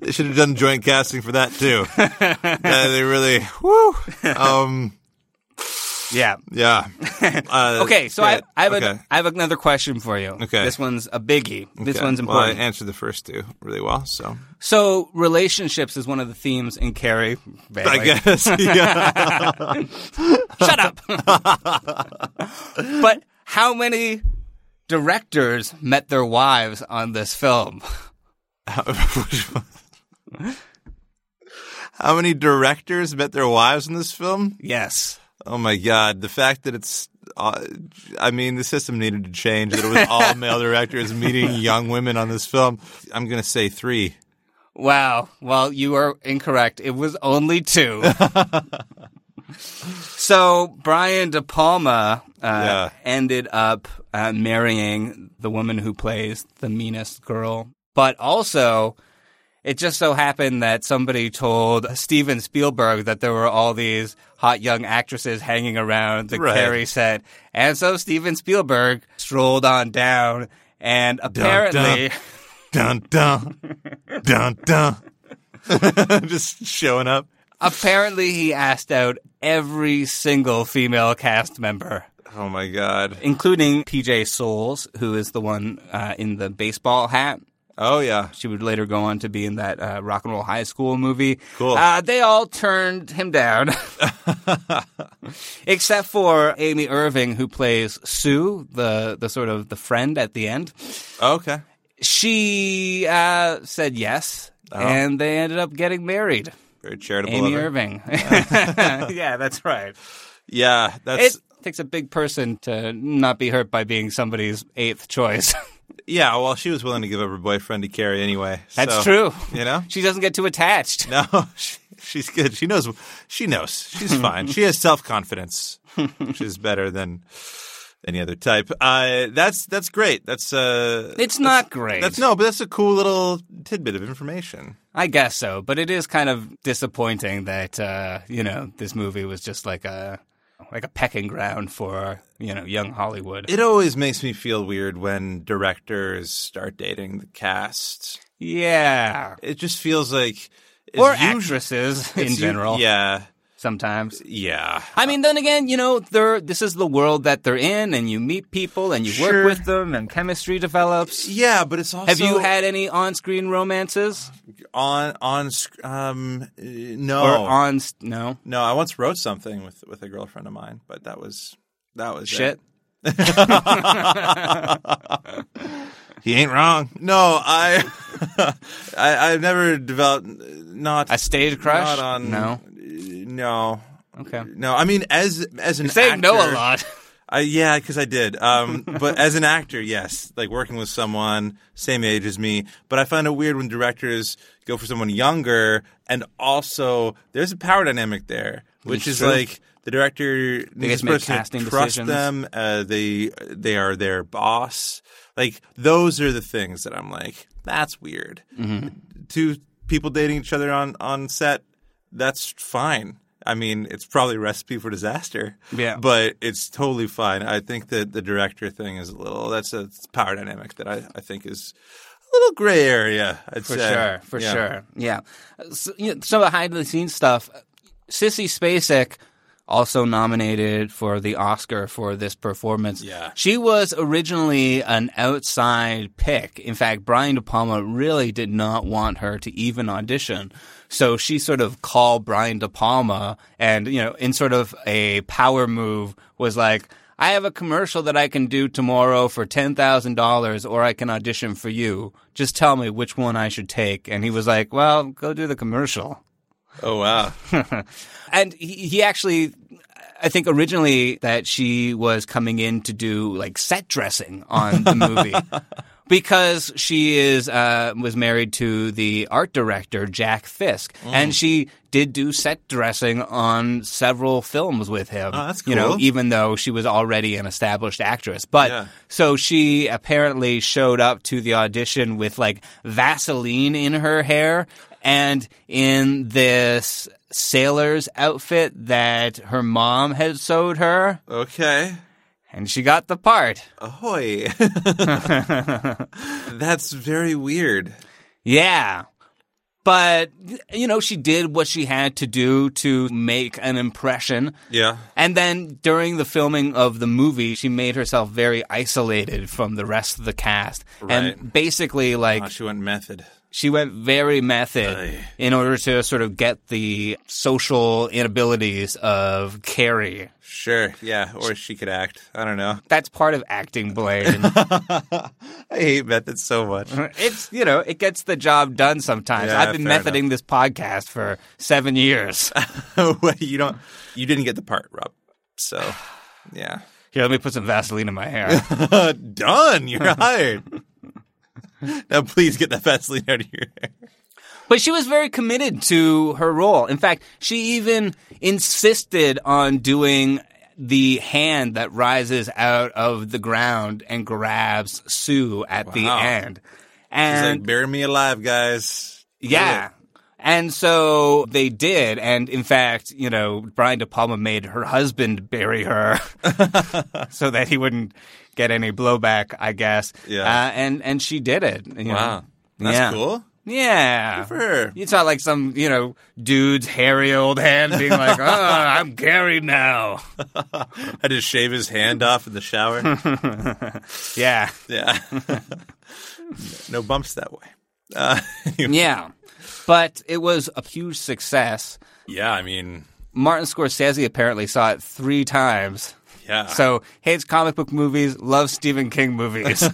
Speaker 7: they should have done joint casting for that too. Yeah, they really. Woo. Um.
Speaker 6: Yeah.
Speaker 7: Yeah. Uh,
Speaker 6: Okay, so I,
Speaker 7: great.
Speaker 6: I, have a I
Speaker 7: Okay.
Speaker 6: have another question for you.
Speaker 7: Okay.
Speaker 6: This one's a biggie. This
Speaker 7: Okay.
Speaker 6: one's
Speaker 7: Well, I
Speaker 6: important.
Speaker 7: answered the first two really well, so
Speaker 6: So relationships is one of the themes in Carrie.
Speaker 7: I
Speaker 6: Bailey.
Speaker 7: guess. yeah.
Speaker 6: Shut up. but how many directors met their wives on this film?
Speaker 7: How many directors met their wives in this film?
Speaker 6: Yes.
Speaker 7: Oh my God! The fact that it's. Uh, I mean, the system needed to change. That it was all male directors meeting young women on this film. I'm gonna say three.
Speaker 6: Wow. Well, you are incorrect. It was only two. so Brian De Palma uh,
Speaker 7: Yeah.
Speaker 6: ended up uh, marrying the woman who plays the meanest girl, but also. It just so happened that somebody told Steven Spielberg that there were all these hot young actresses hanging around the
Speaker 7: Right.
Speaker 6: Carrie set. And so Steven Spielberg strolled on down and
Speaker 7: dun.
Speaker 6: apparently
Speaker 7: Dun dun dun dun. Just showing up.
Speaker 6: Apparently, he asked out every single female cast member,
Speaker 7: Oh my God!
Speaker 6: including PJ Souls, who is the one uh, in the baseball hat.
Speaker 7: Oh yeah.
Speaker 6: She would later go on to be in that uh, Rock and Roll High School movie.
Speaker 7: Cool.
Speaker 6: Uh, they all turned him down, except for Amy Irving, who plays Sue, the the sort of the friend at the end.
Speaker 7: Okay.
Speaker 6: She uh, said yes,
Speaker 7: Oh.
Speaker 6: and they ended up getting married.
Speaker 7: Very charitable.
Speaker 6: Amy
Speaker 7: of her.
Speaker 6: Irving. yeah, that's right.
Speaker 7: Yeah, that's
Speaker 6: It takes a big person to not be hurt by being somebody's eighth choice.
Speaker 7: yeah. Well, she was willing to give up her boyfriend to Carrie anyway.
Speaker 6: That's
Speaker 7: so,
Speaker 6: true.
Speaker 7: You know.
Speaker 6: She doesn't get too attached.
Speaker 7: No, she, she's good. She knows. She knows. She's fine. she has self confidence, which is better than any other type. Uh, that's that's great. That's uh,
Speaker 6: It's not great.
Speaker 7: that's no, but that's a cool little tidbit of information.
Speaker 6: I guess so, but it is kind of disappointing that uh, you know this movie was just like a like a pecking ground for you know young Hollywood.
Speaker 7: It always makes me feel weird when directors start dating the cast.
Speaker 6: yeah,
Speaker 7: It just feels like it's
Speaker 6: or
Speaker 7: usu-
Speaker 6: actresses
Speaker 7: it's
Speaker 6: in
Speaker 7: u-
Speaker 6: general.
Speaker 7: yeah.
Speaker 6: sometimes.
Speaker 7: Yeah.
Speaker 6: I mean, then again, you know, they're, this is the world that they're in, and you meet people and you
Speaker 7: Sure.
Speaker 6: work with them, and chemistry develops.
Speaker 7: Yeah, but it's also
Speaker 6: Have you had any on-screen romances?
Speaker 7: on on sc- um uh, no
Speaker 6: Or on s- no
Speaker 7: no I once wrote something with with a girlfriend of mine, but that was that was it.
Speaker 6: shit?
Speaker 7: He ain't wrong. No, I, I I've never developed not
Speaker 6: A stage crush?
Speaker 7: Not on
Speaker 6: No.
Speaker 7: no.
Speaker 6: Okay.
Speaker 7: No, I mean as as an
Speaker 6: You're saying no a
Speaker 7: actor-
Speaker 6: lot.
Speaker 7: I, yeah, because I did. Um, but as an actor, yes, like working with someone same age as me. But I find it weird when directors go for someone younger, and also there's a power dynamic there, which
Speaker 6: It's
Speaker 7: is
Speaker 6: true.
Speaker 7: like the director
Speaker 6: guys
Speaker 7: needs to
Speaker 6: make
Speaker 7: person to
Speaker 6: casting
Speaker 7: trust
Speaker 6: decisions.
Speaker 7: them. Uh, they they are their boss. Like those are the things that I'm like, that's weird.
Speaker 6: Mm-hmm.
Speaker 7: Two people dating each other on on set, that's fine. I mean, it's probably a recipe for disaster.
Speaker 6: Yeah.
Speaker 7: But it's totally fine. I think that the director thing is a little that's a power dynamic that I, I think is a little gray area, I'd
Speaker 6: For
Speaker 7: say.
Speaker 6: sure, for
Speaker 7: Yeah.
Speaker 6: sure. Yeah. So, you know, some of the behind the scenes stuff. Sissy Spacek also nominated for the Oscar for this performance.
Speaker 7: Yeah.
Speaker 6: She was originally an outside pick. In fact, Brian De Palma really did not want her to even audition. So she sort of called Brian De Palma and, you know, in sort of a power move was like, I have a commercial that I can do tomorrow for $10,000 or I can audition for you. Just tell me which one I should take. And he was like, well, go do the commercial.
Speaker 7: Oh wow.
Speaker 6: And he, he actually, I think originally that she was coming in to do like set dressing on the movie because she is uh, was married to the art director Jack Fisk,
Speaker 7: Mm.
Speaker 6: and she did do set dressing on several films with him.
Speaker 7: Oh, that's
Speaker 6: You know,
Speaker 7: cool.
Speaker 6: even though she was already an established actress, but
Speaker 7: Yeah.
Speaker 6: so she apparently showed up to the audition with like Vaseline in her hair and in this sailor's outfit that her mom had sewed her,
Speaker 7: Okay.
Speaker 6: and she got the part.
Speaker 7: Ahoy. that's very weird.
Speaker 6: Yeah. But, you know, she did what she had to do to make an impression.
Speaker 7: Yeah.
Speaker 6: And then during the filming of the movie, she made herself very isolated from the rest of the cast. And
Speaker 7: Right.
Speaker 6: basically, like,
Speaker 7: Oh, she went method.
Speaker 6: she went very method
Speaker 7: Aye.
Speaker 6: in order to sort of get the social inabilities of Carrie.
Speaker 7: Sure. Yeah. Or she could act. I don't know.
Speaker 6: That's part of acting, Blaine.
Speaker 7: I hate method so much.
Speaker 6: it's, you know, it gets the job done sometimes.
Speaker 7: Yeah,
Speaker 6: I've been
Speaker 7: fair
Speaker 6: methoding this podcast for seven years.
Speaker 7: you don't you didn't get the part, Rob. So yeah.
Speaker 6: Here, let me put some Vaseline in my hair.
Speaker 7: Uh, Done. You're hired. now please get the Vaseline out of your hair.
Speaker 6: but she was very committed to her role. In fact, she even insisted on doing the hand that rises out of the ground and grabs Sue at the
Speaker 7: Wow.
Speaker 6: end.
Speaker 7: It's
Speaker 6: And
Speaker 7: like bury me alive, guys.
Speaker 6: Yeah. And so they did. And in fact, you know, Brian De Palma made her husband bury her so that he wouldn't get any blowback, I guess.
Speaker 7: Yeah.
Speaker 6: Uh, and, and she did it. you know.
Speaker 7: Wow. That's
Speaker 6: Yeah.
Speaker 7: cool.
Speaker 6: Yeah.
Speaker 7: Good for her.
Speaker 6: It's not like some, you know, dude's hairy old hand being like, oh, I'm Gary now.
Speaker 7: I just shave his hand off in the shower.
Speaker 6: Yeah.
Speaker 7: yeah. no bumps that way. Uh,
Speaker 6: Yeah. But it was a huge success.
Speaker 7: yeah, I mean,
Speaker 6: Martin Scorsese apparently saw it three times.
Speaker 7: yeah.
Speaker 6: So hates comic book movies, loves Stephen King movies.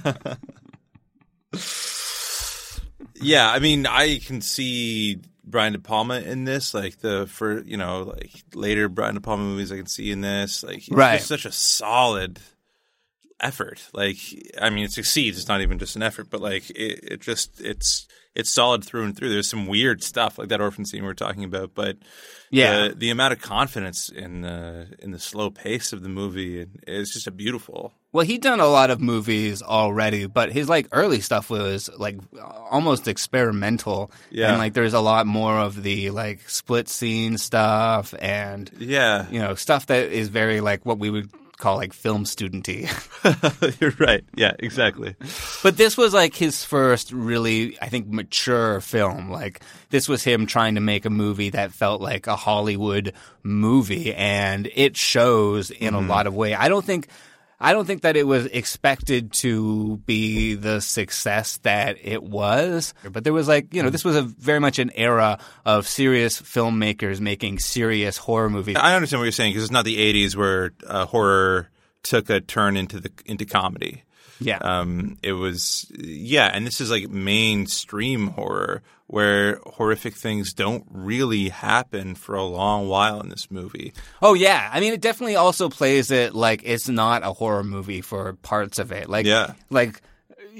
Speaker 7: Yeah, I mean, I can see Brian De Palma in this, like the for you know, like later Brian De Palma movies. I can see in this, like, it's
Speaker 6: Right.
Speaker 7: just such a solid effort. Like, I mean, it succeeds. It's not even just an effort, but like, it, it just it's it's solid through and through. There's some weird stuff like that orphan scene we are talking about, but
Speaker 6: Yeah.
Speaker 7: the, the amount of confidence in the in the slow pace of the movie is just a beautiful.
Speaker 6: well, he'd done a lot of movies already, but his like early stuff was like almost experimental.
Speaker 7: Yeah.
Speaker 6: And like there's a lot more of the like split scene stuff and
Speaker 7: Yeah,
Speaker 6: you know, stuff that is very like what we would call like film studenty.
Speaker 7: You're right. Yeah, exactly.
Speaker 6: But this was like his first really, I think, mature film. Like this was him trying to make a movie that felt like a Hollywood movie, and it shows in a lot of way. I don't think. I don't think that it was expected to be the success that it was, but there was like, you know, this was a very much an era of serious filmmakers making serious horror movies.
Speaker 7: I understand what you're saying because it's not the '80s where uh, horror took a turn into the into comedy.
Speaker 6: Yeah.
Speaker 7: Um, it was yeah, and this is like mainstream horror where horrific things don't really happen for a long while in this movie.
Speaker 6: Oh yeah, I mean it definitely also plays it like it's not a horror movie for parts of it. Like
Speaker 7: Yeah.
Speaker 6: like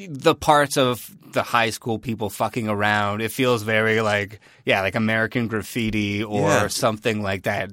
Speaker 6: the parts of the high school people fucking around. It feels very like yeah, like American graffiti or
Speaker 7: Yeah.
Speaker 6: something like that.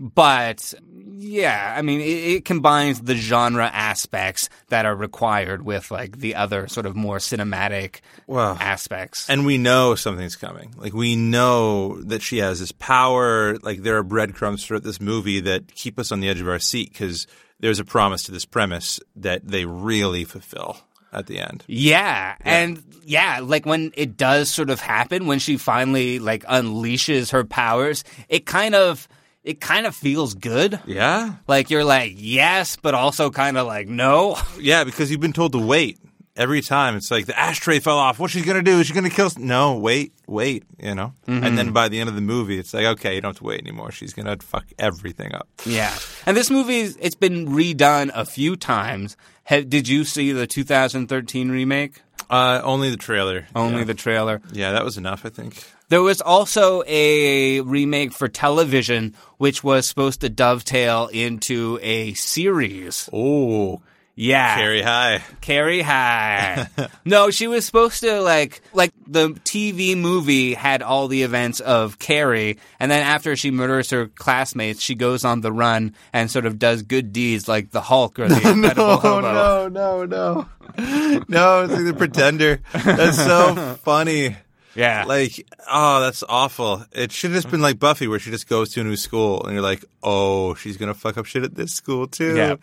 Speaker 6: But yeah, I mean, it, it combines the genre aspects that are required with like the other sort of more cinematic
Speaker 7: Wow.
Speaker 6: aspects.
Speaker 7: And we know something's coming. Like we know that she has this power. Like there are breadcrumbs throughout this movie that keep us on the edge of our seat because there's a promise to this premise that they really fulfill at the end.
Speaker 6: Yeah. And yeah, like when it does sort of happen, when she finally like unleashes her powers, it kind of it kind of feels good.
Speaker 7: Yeah,
Speaker 6: Like you're like, yes, but also kind of like no.
Speaker 7: yeah, because you've been told to wait every time. It's like the ashtray fell off. What's she gonna do? Is she gonna kill? s- No, wait, wait. You know. And then by the end of the movie, it's like okay, you don't have to wait anymore. She's gonna fuck everything up.
Speaker 6: Yeah. And this movie it's been redone a few times. Ha did you see the 2013 remake?
Speaker 7: Uh, only the trailer.
Speaker 6: Only
Speaker 7: yeah.
Speaker 6: the trailer.
Speaker 7: Yeah, that was enough. I think.
Speaker 6: There was also a remake for television, which was supposed to dovetail into a series.
Speaker 7: Oh,
Speaker 6: Yeah.
Speaker 7: Carrie High.
Speaker 6: Carrie High. no, she was supposed to like like the TV movie had all the events of Carrie, and then after she murders her classmates, she goes on the run and sort of does good deeds like the Hulk or the Incredible Hobo.
Speaker 7: Oh, no, no. No, it's like the pretender. That's so funny.
Speaker 6: Yeah,
Speaker 7: Like, oh, that's awful. It should have just been like Buffy, where she just goes to a new school and you're like, oh, she's going to fuck up shit at this school too.
Speaker 6: Yeah.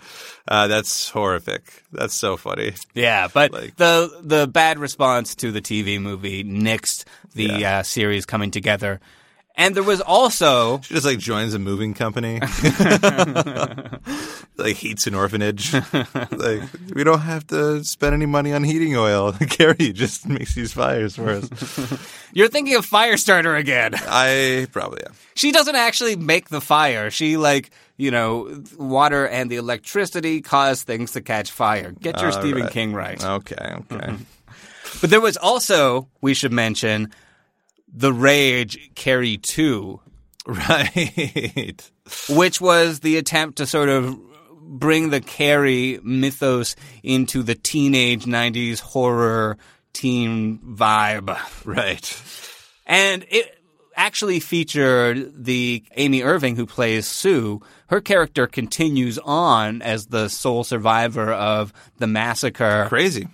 Speaker 7: Uh, that's horrific. That's so funny.
Speaker 6: yeah, but
Speaker 7: like-
Speaker 6: the the bad response to the TV movie nixed the
Speaker 7: Yeah.
Speaker 6: uh, series coming together, and there was also
Speaker 7: She just like joins a moving company, like heats an orphanage. like, we don't have to spend any money on heating oil. Carrie just makes these fires for us.
Speaker 6: you're thinking of Firestarter again.
Speaker 7: I probably am.
Speaker 6: she doesn't actually make the fire. She like you know water and the electricity cause things to catch fire. Get your
Speaker 7: All
Speaker 6: Stephen
Speaker 7: right.
Speaker 6: King right.
Speaker 7: Okay, okay.
Speaker 6: But there was also we should mention the Rage Carrie Two,
Speaker 7: Right.
Speaker 6: which was the attempt to sort of bring the Carrie mythos into the teenage '90s horror teen vibe.
Speaker 7: Right.
Speaker 6: And it actually featured the Amy Irving who plays Sue. Her character continues on as the sole survivor of the massacre.
Speaker 7: Crazy.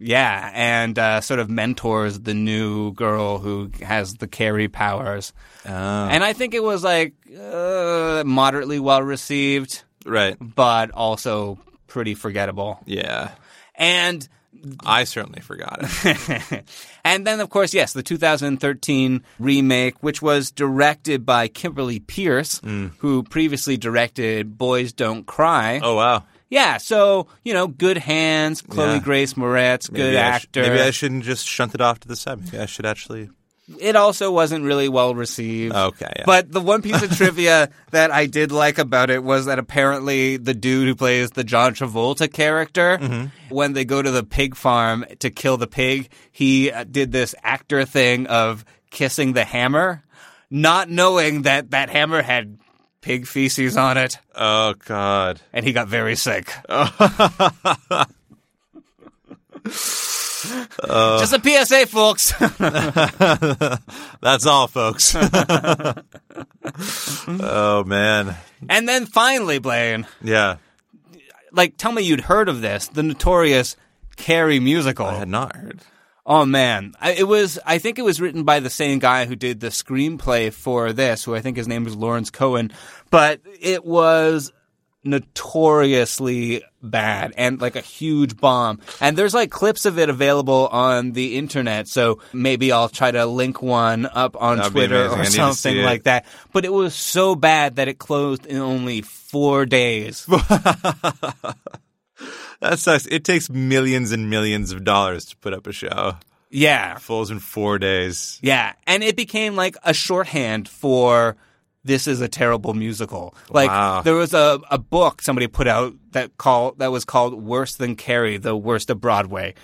Speaker 6: Yeah, and uh, sort of mentors the new girl who has the carry powers.
Speaker 7: Oh.
Speaker 6: And I think it was like uh, moderately well received,
Speaker 7: Right.
Speaker 6: but also pretty forgettable.
Speaker 7: Yeah.
Speaker 6: And
Speaker 7: I certainly forgot it.
Speaker 6: and then, of course, yes, the 2013 remake, which was directed by Kimberly Pierce,
Speaker 7: Hmm.
Speaker 6: who previously directed Boys Don't Cry.
Speaker 7: oh wow.
Speaker 6: Yeah, so, you know, good hands, Chloe
Speaker 7: Yeah.
Speaker 6: Grace Moretz, good
Speaker 7: I sh-
Speaker 6: actor.
Speaker 7: maybe I shouldn't just shunt it off to the side. Maybe I should actually.
Speaker 6: it also wasn't really well received.
Speaker 7: Okay, yeah.
Speaker 6: But the one piece of trivia that I did like about it was that apparently the dude who plays the John Travolta character,
Speaker 7: Mm-hmm.
Speaker 6: when they go to the pig farm to kill the pig, he uh, did this actor thing of kissing the hammer, not knowing that that hammer had pig feces on it,
Speaker 7: Oh God.
Speaker 6: and he got very sick. Just a PSA, folks.
Speaker 7: That's all, folks. oh man.
Speaker 6: and then finally, Blaine.
Speaker 7: Yeah.
Speaker 6: like tell me you'd heard of this the notorious carrie musical
Speaker 7: I had not heard.
Speaker 6: oh man I, it was i think it was written by the same guy who did the screenplay for this who i think his name was lawrence cohen but it was notoriously bad and like a huge bomb. And there's like clips of it available on the internet. So maybe I'll try to link one up on
Speaker 7: That'd be
Speaker 6: Twitter
Speaker 7: amazing. I
Speaker 6: or
Speaker 7: need to
Speaker 6: something
Speaker 7: see it.
Speaker 6: like that. But it was so bad that it closed in only four days.
Speaker 7: That sucks. It takes millions and millions of dollars to put up a show.
Speaker 6: yeah.
Speaker 7: Falls in four days.
Speaker 6: Yeah. And it became like a shorthand for this is a terrible musical. Like
Speaker 7: Wow.
Speaker 6: there was a, a book somebody put out that call that was called Worse Than Carrie, the worst of Broadway.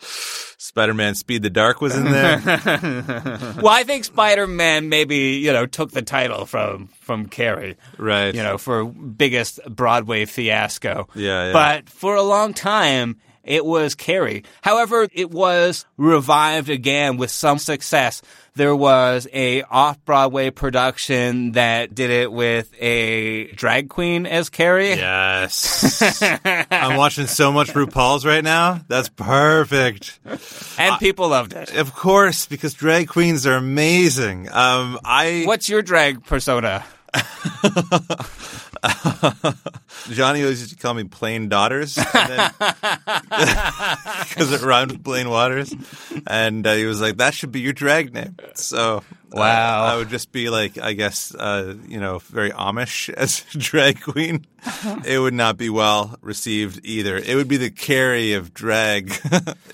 Speaker 7: Spider Man Speed the Dark was in there.
Speaker 6: well, I think Spider Man maybe you know took the title from from Carrie,
Speaker 7: right.
Speaker 6: you know, for biggest Broadway fiasco.
Speaker 7: Yeah, yeah.
Speaker 6: But for a long time, it was Carrie. However, it was revived again with some success. There was a off Broadway production that did it with a drag queen as Carrie.
Speaker 7: Yes. I'm watching so much RuPaul's right now. That's perfect.
Speaker 6: And people loved it.
Speaker 7: Of course, because drag queens are amazing. Um, I
Speaker 6: What's your drag persona?
Speaker 7: Johnny always used to call me plain daughters because it rhymed with plain waters, and uh, he was like, "That should be your drag name." So uh,
Speaker 6: Wow.
Speaker 7: I would just be like, I guess uh, you know, very Amish as a drag queen. It would not be well received either. It would be the carry of drag.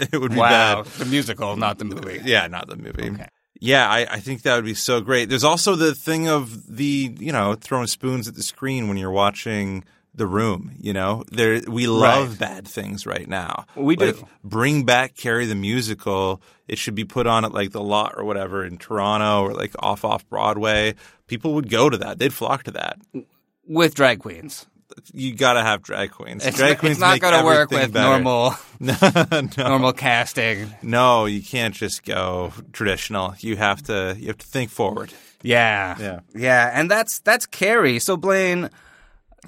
Speaker 7: it would be
Speaker 6: Wow,
Speaker 7: bad.
Speaker 6: the musical, not the movie.
Speaker 7: Yeah, not the movie. Yeah, I, I think that would be so great. There's also the thing of the you know throwing spoons at the screen when you're watching The Room. You know, there we love
Speaker 6: Right.
Speaker 7: bad things right now.
Speaker 6: We do.
Speaker 7: Bring back Carrie the musical. It should be put on at like the lot or whatever in Toronto or like off off Broadway. People would go to that. They'd flock to that.
Speaker 6: With drag queens.
Speaker 7: You gotta have drag queens.
Speaker 6: It's,
Speaker 7: drag
Speaker 6: it's
Speaker 7: queens
Speaker 6: not
Speaker 7: make
Speaker 6: going to work
Speaker 7: everything
Speaker 6: with
Speaker 7: better.
Speaker 6: normal
Speaker 7: no,
Speaker 6: normal casting.
Speaker 7: no, you can't just go traditional. You have to you have to think forward.
Speaker 6: Yeah.
Speaker 7: Yeah.
Speaker 6: Yeah, and that's that's Carrie. So Blaine,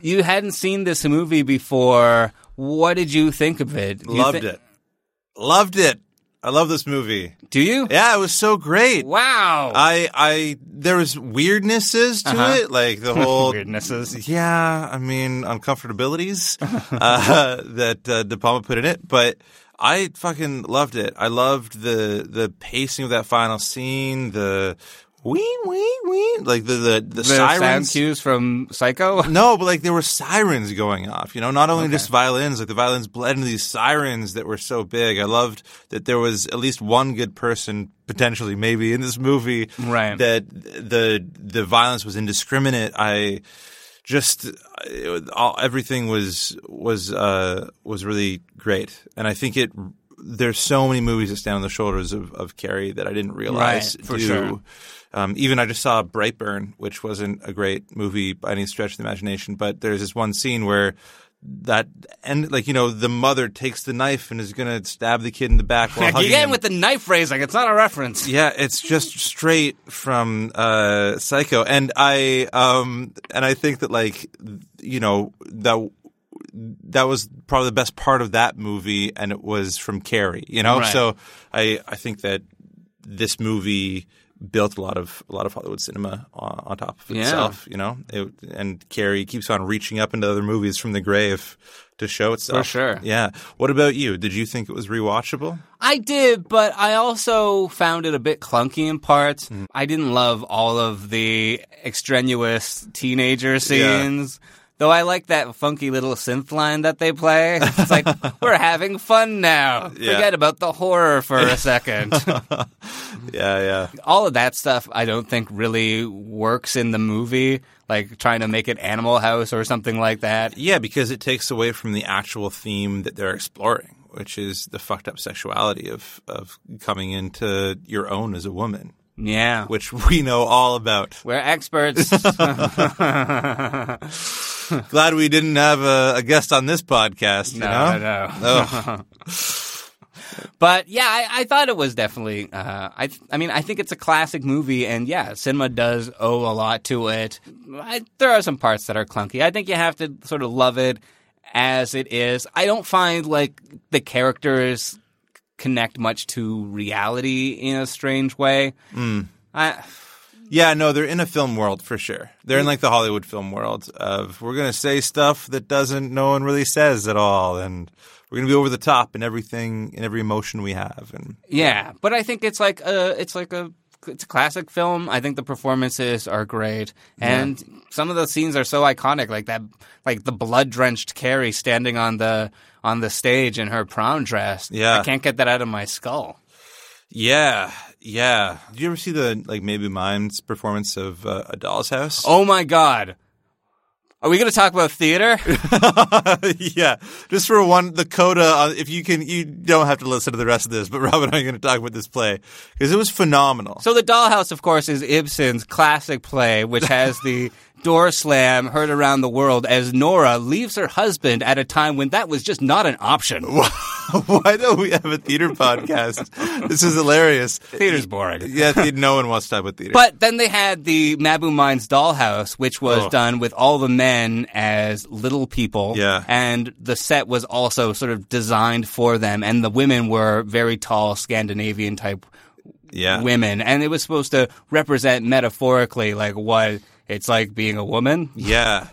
Speaker 6: you hadn't seen this movie before. What did you think of it? You
Speaker 7: Loved
Speaker 6: thi-
Speaker 7: it. Loved it. I love this movie.
Speaker 6: Do you?
Speaker 7: Yeah, it was so great.
Speaker 6: Wow.
Speaker 7: I I there was weirdnesses to
Speaker 6: Uh-huh.
Speaker 7: it, like the whole
Speaker 6: Weirdnesses.
Speaker 7: Yeah, I mean uncomfortabilities uh, that uh, De Palma put in it, but I fucking loved it. I loved the the pacing of that final scene. The wee wee wee, like the the, the,
Speaker 6: the sound
Speaker 7: sirens.
Speaker 6: cues from Psycho.
Speaker 7: No, but like there were sirens going off, you know, not only just violins, like the violins bled into these sirens that were so big. I loved that there was at least one good person potentially maybe in this movie
Speaker 6: Right.
Speaker 7: that the the violence was indiscriminate. I just it, was- all, everything was was uh, was really great, and I think it. There's so many movies that stand on the shoulders of, of Carrie that I didn't realize
Speaker 6: Right, for
Speaker 7: do.
Speaker 6: sure.
Speaker 7: Um, even I just saw Brightburn, which wasn't a great movie by any stretch of the imagination, but there's this one scene where that and like you know the mother takes the knife and is going to stab the kid in the back while hugging
Speaker 6: Again
Speaker 7: him.
Speaker 6: with the knife raise, like it's not a reference.
Speaker 7: Yeah, it's just straight from uh, Psycho, and I um and I think that like you know that that was probably the best part of that movie, and it was from Carrie, you know.
Speaker 6: Right.
Speaker 7: So I I think that this movie built a lot of a lot of Hollywood cinema on, on top of
Speaker 6: Yeah.
Speaker 7: itself, you know. It, and Carrie keeps on reaching up into other movies from the grave to show itself.
Speaker 6: sure.
Speaker 7: Yeah. What about you? Did you think it was rewatchable?
Speaker 6: I did, but I also found it a bit clunky in parts. I didn't love all of the extraneous teenager scenes. Though I like that funky little synth line that they play. It's like, we're having fun now.
Speaker 7: Yeah.
Speaker 6: Forget about the horror for a second.
Speaker 7: Yeah, yeah.
Speaker 6: all of that stuff I don't think really works in the movie, like trying to make it Animal House or something like that.
Speaker 7: Yeah, because it takes away from the actual theme that they're exploring, which is the fucked up sexuality of of coming into your own as a woman,
Speaker 6: Yeah.
Speaker 7: which we know all about.
Speaker 6: We're experts.
Speaker 7: Glad we didn't have a, a guest on this podcast. You
Speaker 6: No,
Speaker 7: know?
Speaker 6: no, no.
Speaker 7: Ugh.
Speaker 6: But yeah, I, I thought it was definitely. Uh, I th- I mean, I think it's a classic movie, and yeah, cinema does owe a lot to it. I, there are some parts that are clunky. I think you have to sort of love it as it is. I don't find like the characters connect much to reality in a strange way. I
Speaker 7: Yeah, no, they're in a film world for sure. They're in like the Hollywood film world of we're gonna say stuff that doesn't no one really says at all, and we're gonna be over the top in everything in every emotion we have. And
Speaker 6: Yeah, but I think it's like a it's like a it's a classic film. I think the performances are great, and some of the scenes are so iconic, like that, like the blood drenched Carrie standing on the on the stage in her prom dress.
Speaker 7: Yeah.
Speaker 6: I can't get that out of my skull.
Speaker 7: yeah, yeah. Did you ever see the like maybe mime's performance of uh, A Doll's House?
Speaker 6: Oh my god, are we going to talk about theater?
Speaker 7: yeah, just for one, the coda. uh, If you can, you don't have to listen to the rest of this, but Rob and I are going to talk about this play because it was phenomenal.
Speaker 6: So the Dollhouse, of course, is Ibsen's classic play, which has the door slam heard around the world as Nora leaves her husband at a time when that was just not an option.
Speaker 7: Why don't we have a theater podcast? This is hilarious.
Speaker 6: Theater's boring.
Speaker 7: Yeah, the- no one wants to talk about theater.
Speaker 6: But then they had the Mabu Mind's Dollhouse, which was
Speaker 7: Oh.
Speaker 6: done with all the men as little people.
Speaker 7: Yeah.
Speaker 6: And the set was also sort of designed for them. And the women were very tall Scandinavian type
Speaker 7: yeah,
Speaker 6: women. And it was supposed to represent metaphorically like what it's like being a woman.
Speaker 7: yeah.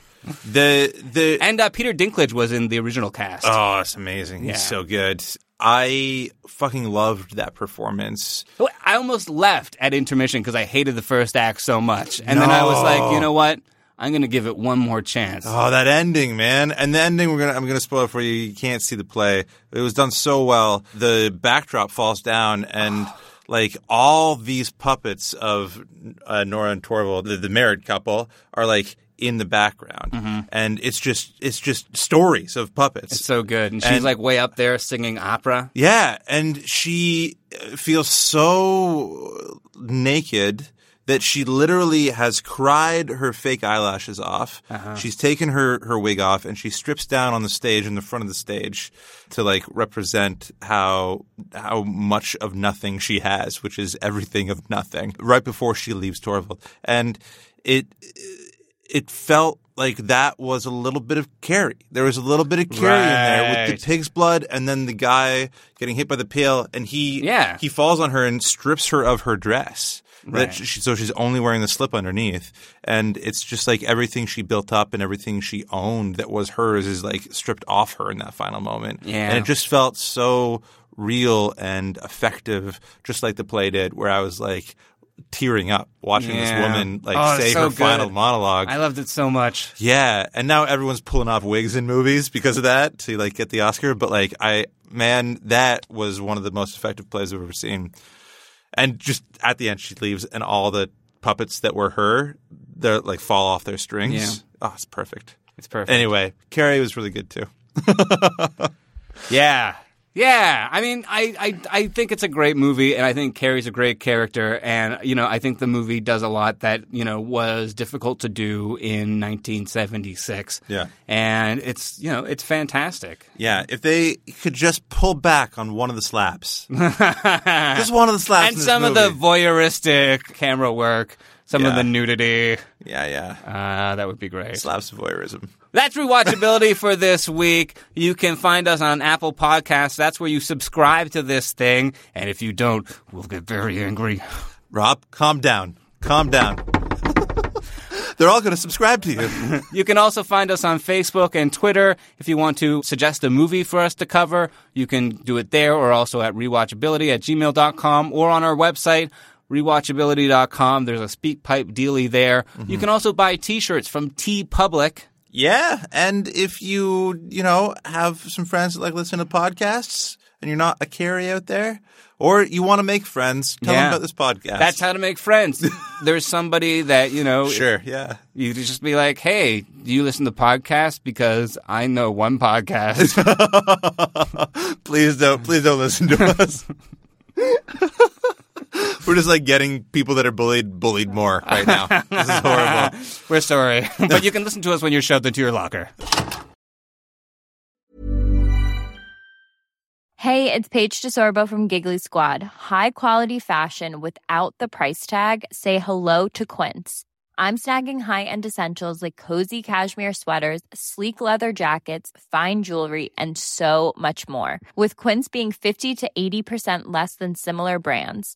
Speaker 7: The the
Speaker 6: And uh, Peter Dinklage was in the original cast.
Speaker 7: oh, it's amazing.
Speaker 6: Yeah.
Speaker 7: He's so good. I fucking loved that performance.
Speaker 6: So I almost left at intermission because I hated the first act so much. And then I was like,
Speaker 7: No.
Speaker 6: you know what? I'm going to give it one more chance.
Speaker 7: Oh, that ending, man! And the ending, we're gonna—I'm gonna spoil it for you. You can't see the play. It was done so well. The backdrop falls down, and like all these puppets of uh, Nora and Torvald, the, the married couple, are like in the background, and it's just—it's just stories of puppets.
Speaker 6: It's so good. And she's
Speaker 7: And-
Speaker 6: like way up there singing opera.
Speaker 7: Yeah, and she uh, feels so naked that she literally has cried her fake eyelashes off. She's taken her, her wig off and she strips down on the stage in the front of the stage to like represent how how much of nothing she has, which is everything of nothing. Right before she leaves Torvald, and it it felt like that was a little bit of Carrie. There was a little bit of Carrie in there with
Speaker 6: Right.
Speaker 7: the pig's blood, and then the guy getting hit by the pail, and he
Speaker 6: Yeah.
Speaker 7: he falls on her and strips her of her dress.
Speaker 6: Right.
Speaker 7: That she, so she's only wearing the slip underneath, and it's just like everything she built up and everything she owned that was hers is like stripped off her in that final moment.
Speaker 6: Yeah.
Speaker 7: and it just felt so real and effective, just like the play did, where I was like tearing up watching this
Speaker 6: Yeah.
Speaker 7: woman like
Speaker 6: Oh, it's
Speaker 7: say
Speaker 6: so
Speaker 7: her
Speaker 6: good.
Speaker 7: final monologue.
Speaker 6: I loved it so much.
Speaker 7: Yeah, and now everyone's pulling off wigs in movies because of that to like get the Oscar. But like, I man, that was one of the most effective plays I've ever seen. And just at the end, she leaves, and all the puppets that were her, they like fall off their strings. Oh, it's perfect.
Speaker 6: It's perfect.
Speaker 7: Anyway, Carrie was really good too.
Speaker 6: Yeah. Yeah. I mean, I, I, I think it's a great movie, and I think Carrie's a great character. And, you know, I think the movie does a lot that, you know, was difficult to do in 1976.
Speaker 7: Yeah.
Speaker 6: And it's, you know, it's fantastic.
Speaker 7: Yeah, if they could just pull back on one of the slaps, just one of the slaps, in
Speaker 6: and
Speaker 7: this
Speaker 6: some of the
Speaker 7: movie.
Speaker 6: voyeuristic camera work, some of
Speaker 7: Yeah.
Speaker 6: the nudity.
Speaker 7: yeah, yeah,
Speaker 6: Uh, that would be great.
Speaker 7: slaps of voyeurism.
Speaker 6: That's rewatchability for this week. You can find us on Apple Podcasts. That's where you subscribe to this thing. And if you don't, we'll get very angry.
Speaker 7: Rob, calm down. Calm down. They're all going to subscribe to you.
Speaker 6: You can also find us on Facebook and Twitter. If you want to suggest a movie for us to cover, you can do it there or also at rewatchability at gmail.com or on our website, rewatchability.com. There's a speak pipe dealy there. You can also buy t shirts from T Public.
Speaker 7: yeah, and if you, you know, have some friends that like listen to podcasts and you're not a carry out there, or you want to make friends, tell
Speaker 6: Yeah.
Speaker 7: them about this podcast.
Speaker 6: That's how to make friends. There's somebody that, you know,
Speaker 7: Sure, yeah.
Speaker 6: You could just be like, hey, do you listen to podcasts? Because I know one podcast.
Speaker 7: Please don't please don't listen to us. We're just like getting people that are bullied bullied more right now. This is horrible.
Speaker 6: We're sorry. but you can listen to us when you're shoved into your locker.
Speaker 10: Hey, it's Paige DeSorbo from Giggly Squad. High quality fashion without the price tag. Say hello to Quince. I'm snagging high-end essentials like cozy cashmere sweaters, sleek leather jackets, fine jewelry, and so much more. With Quince being 50 to 80% less than similar brands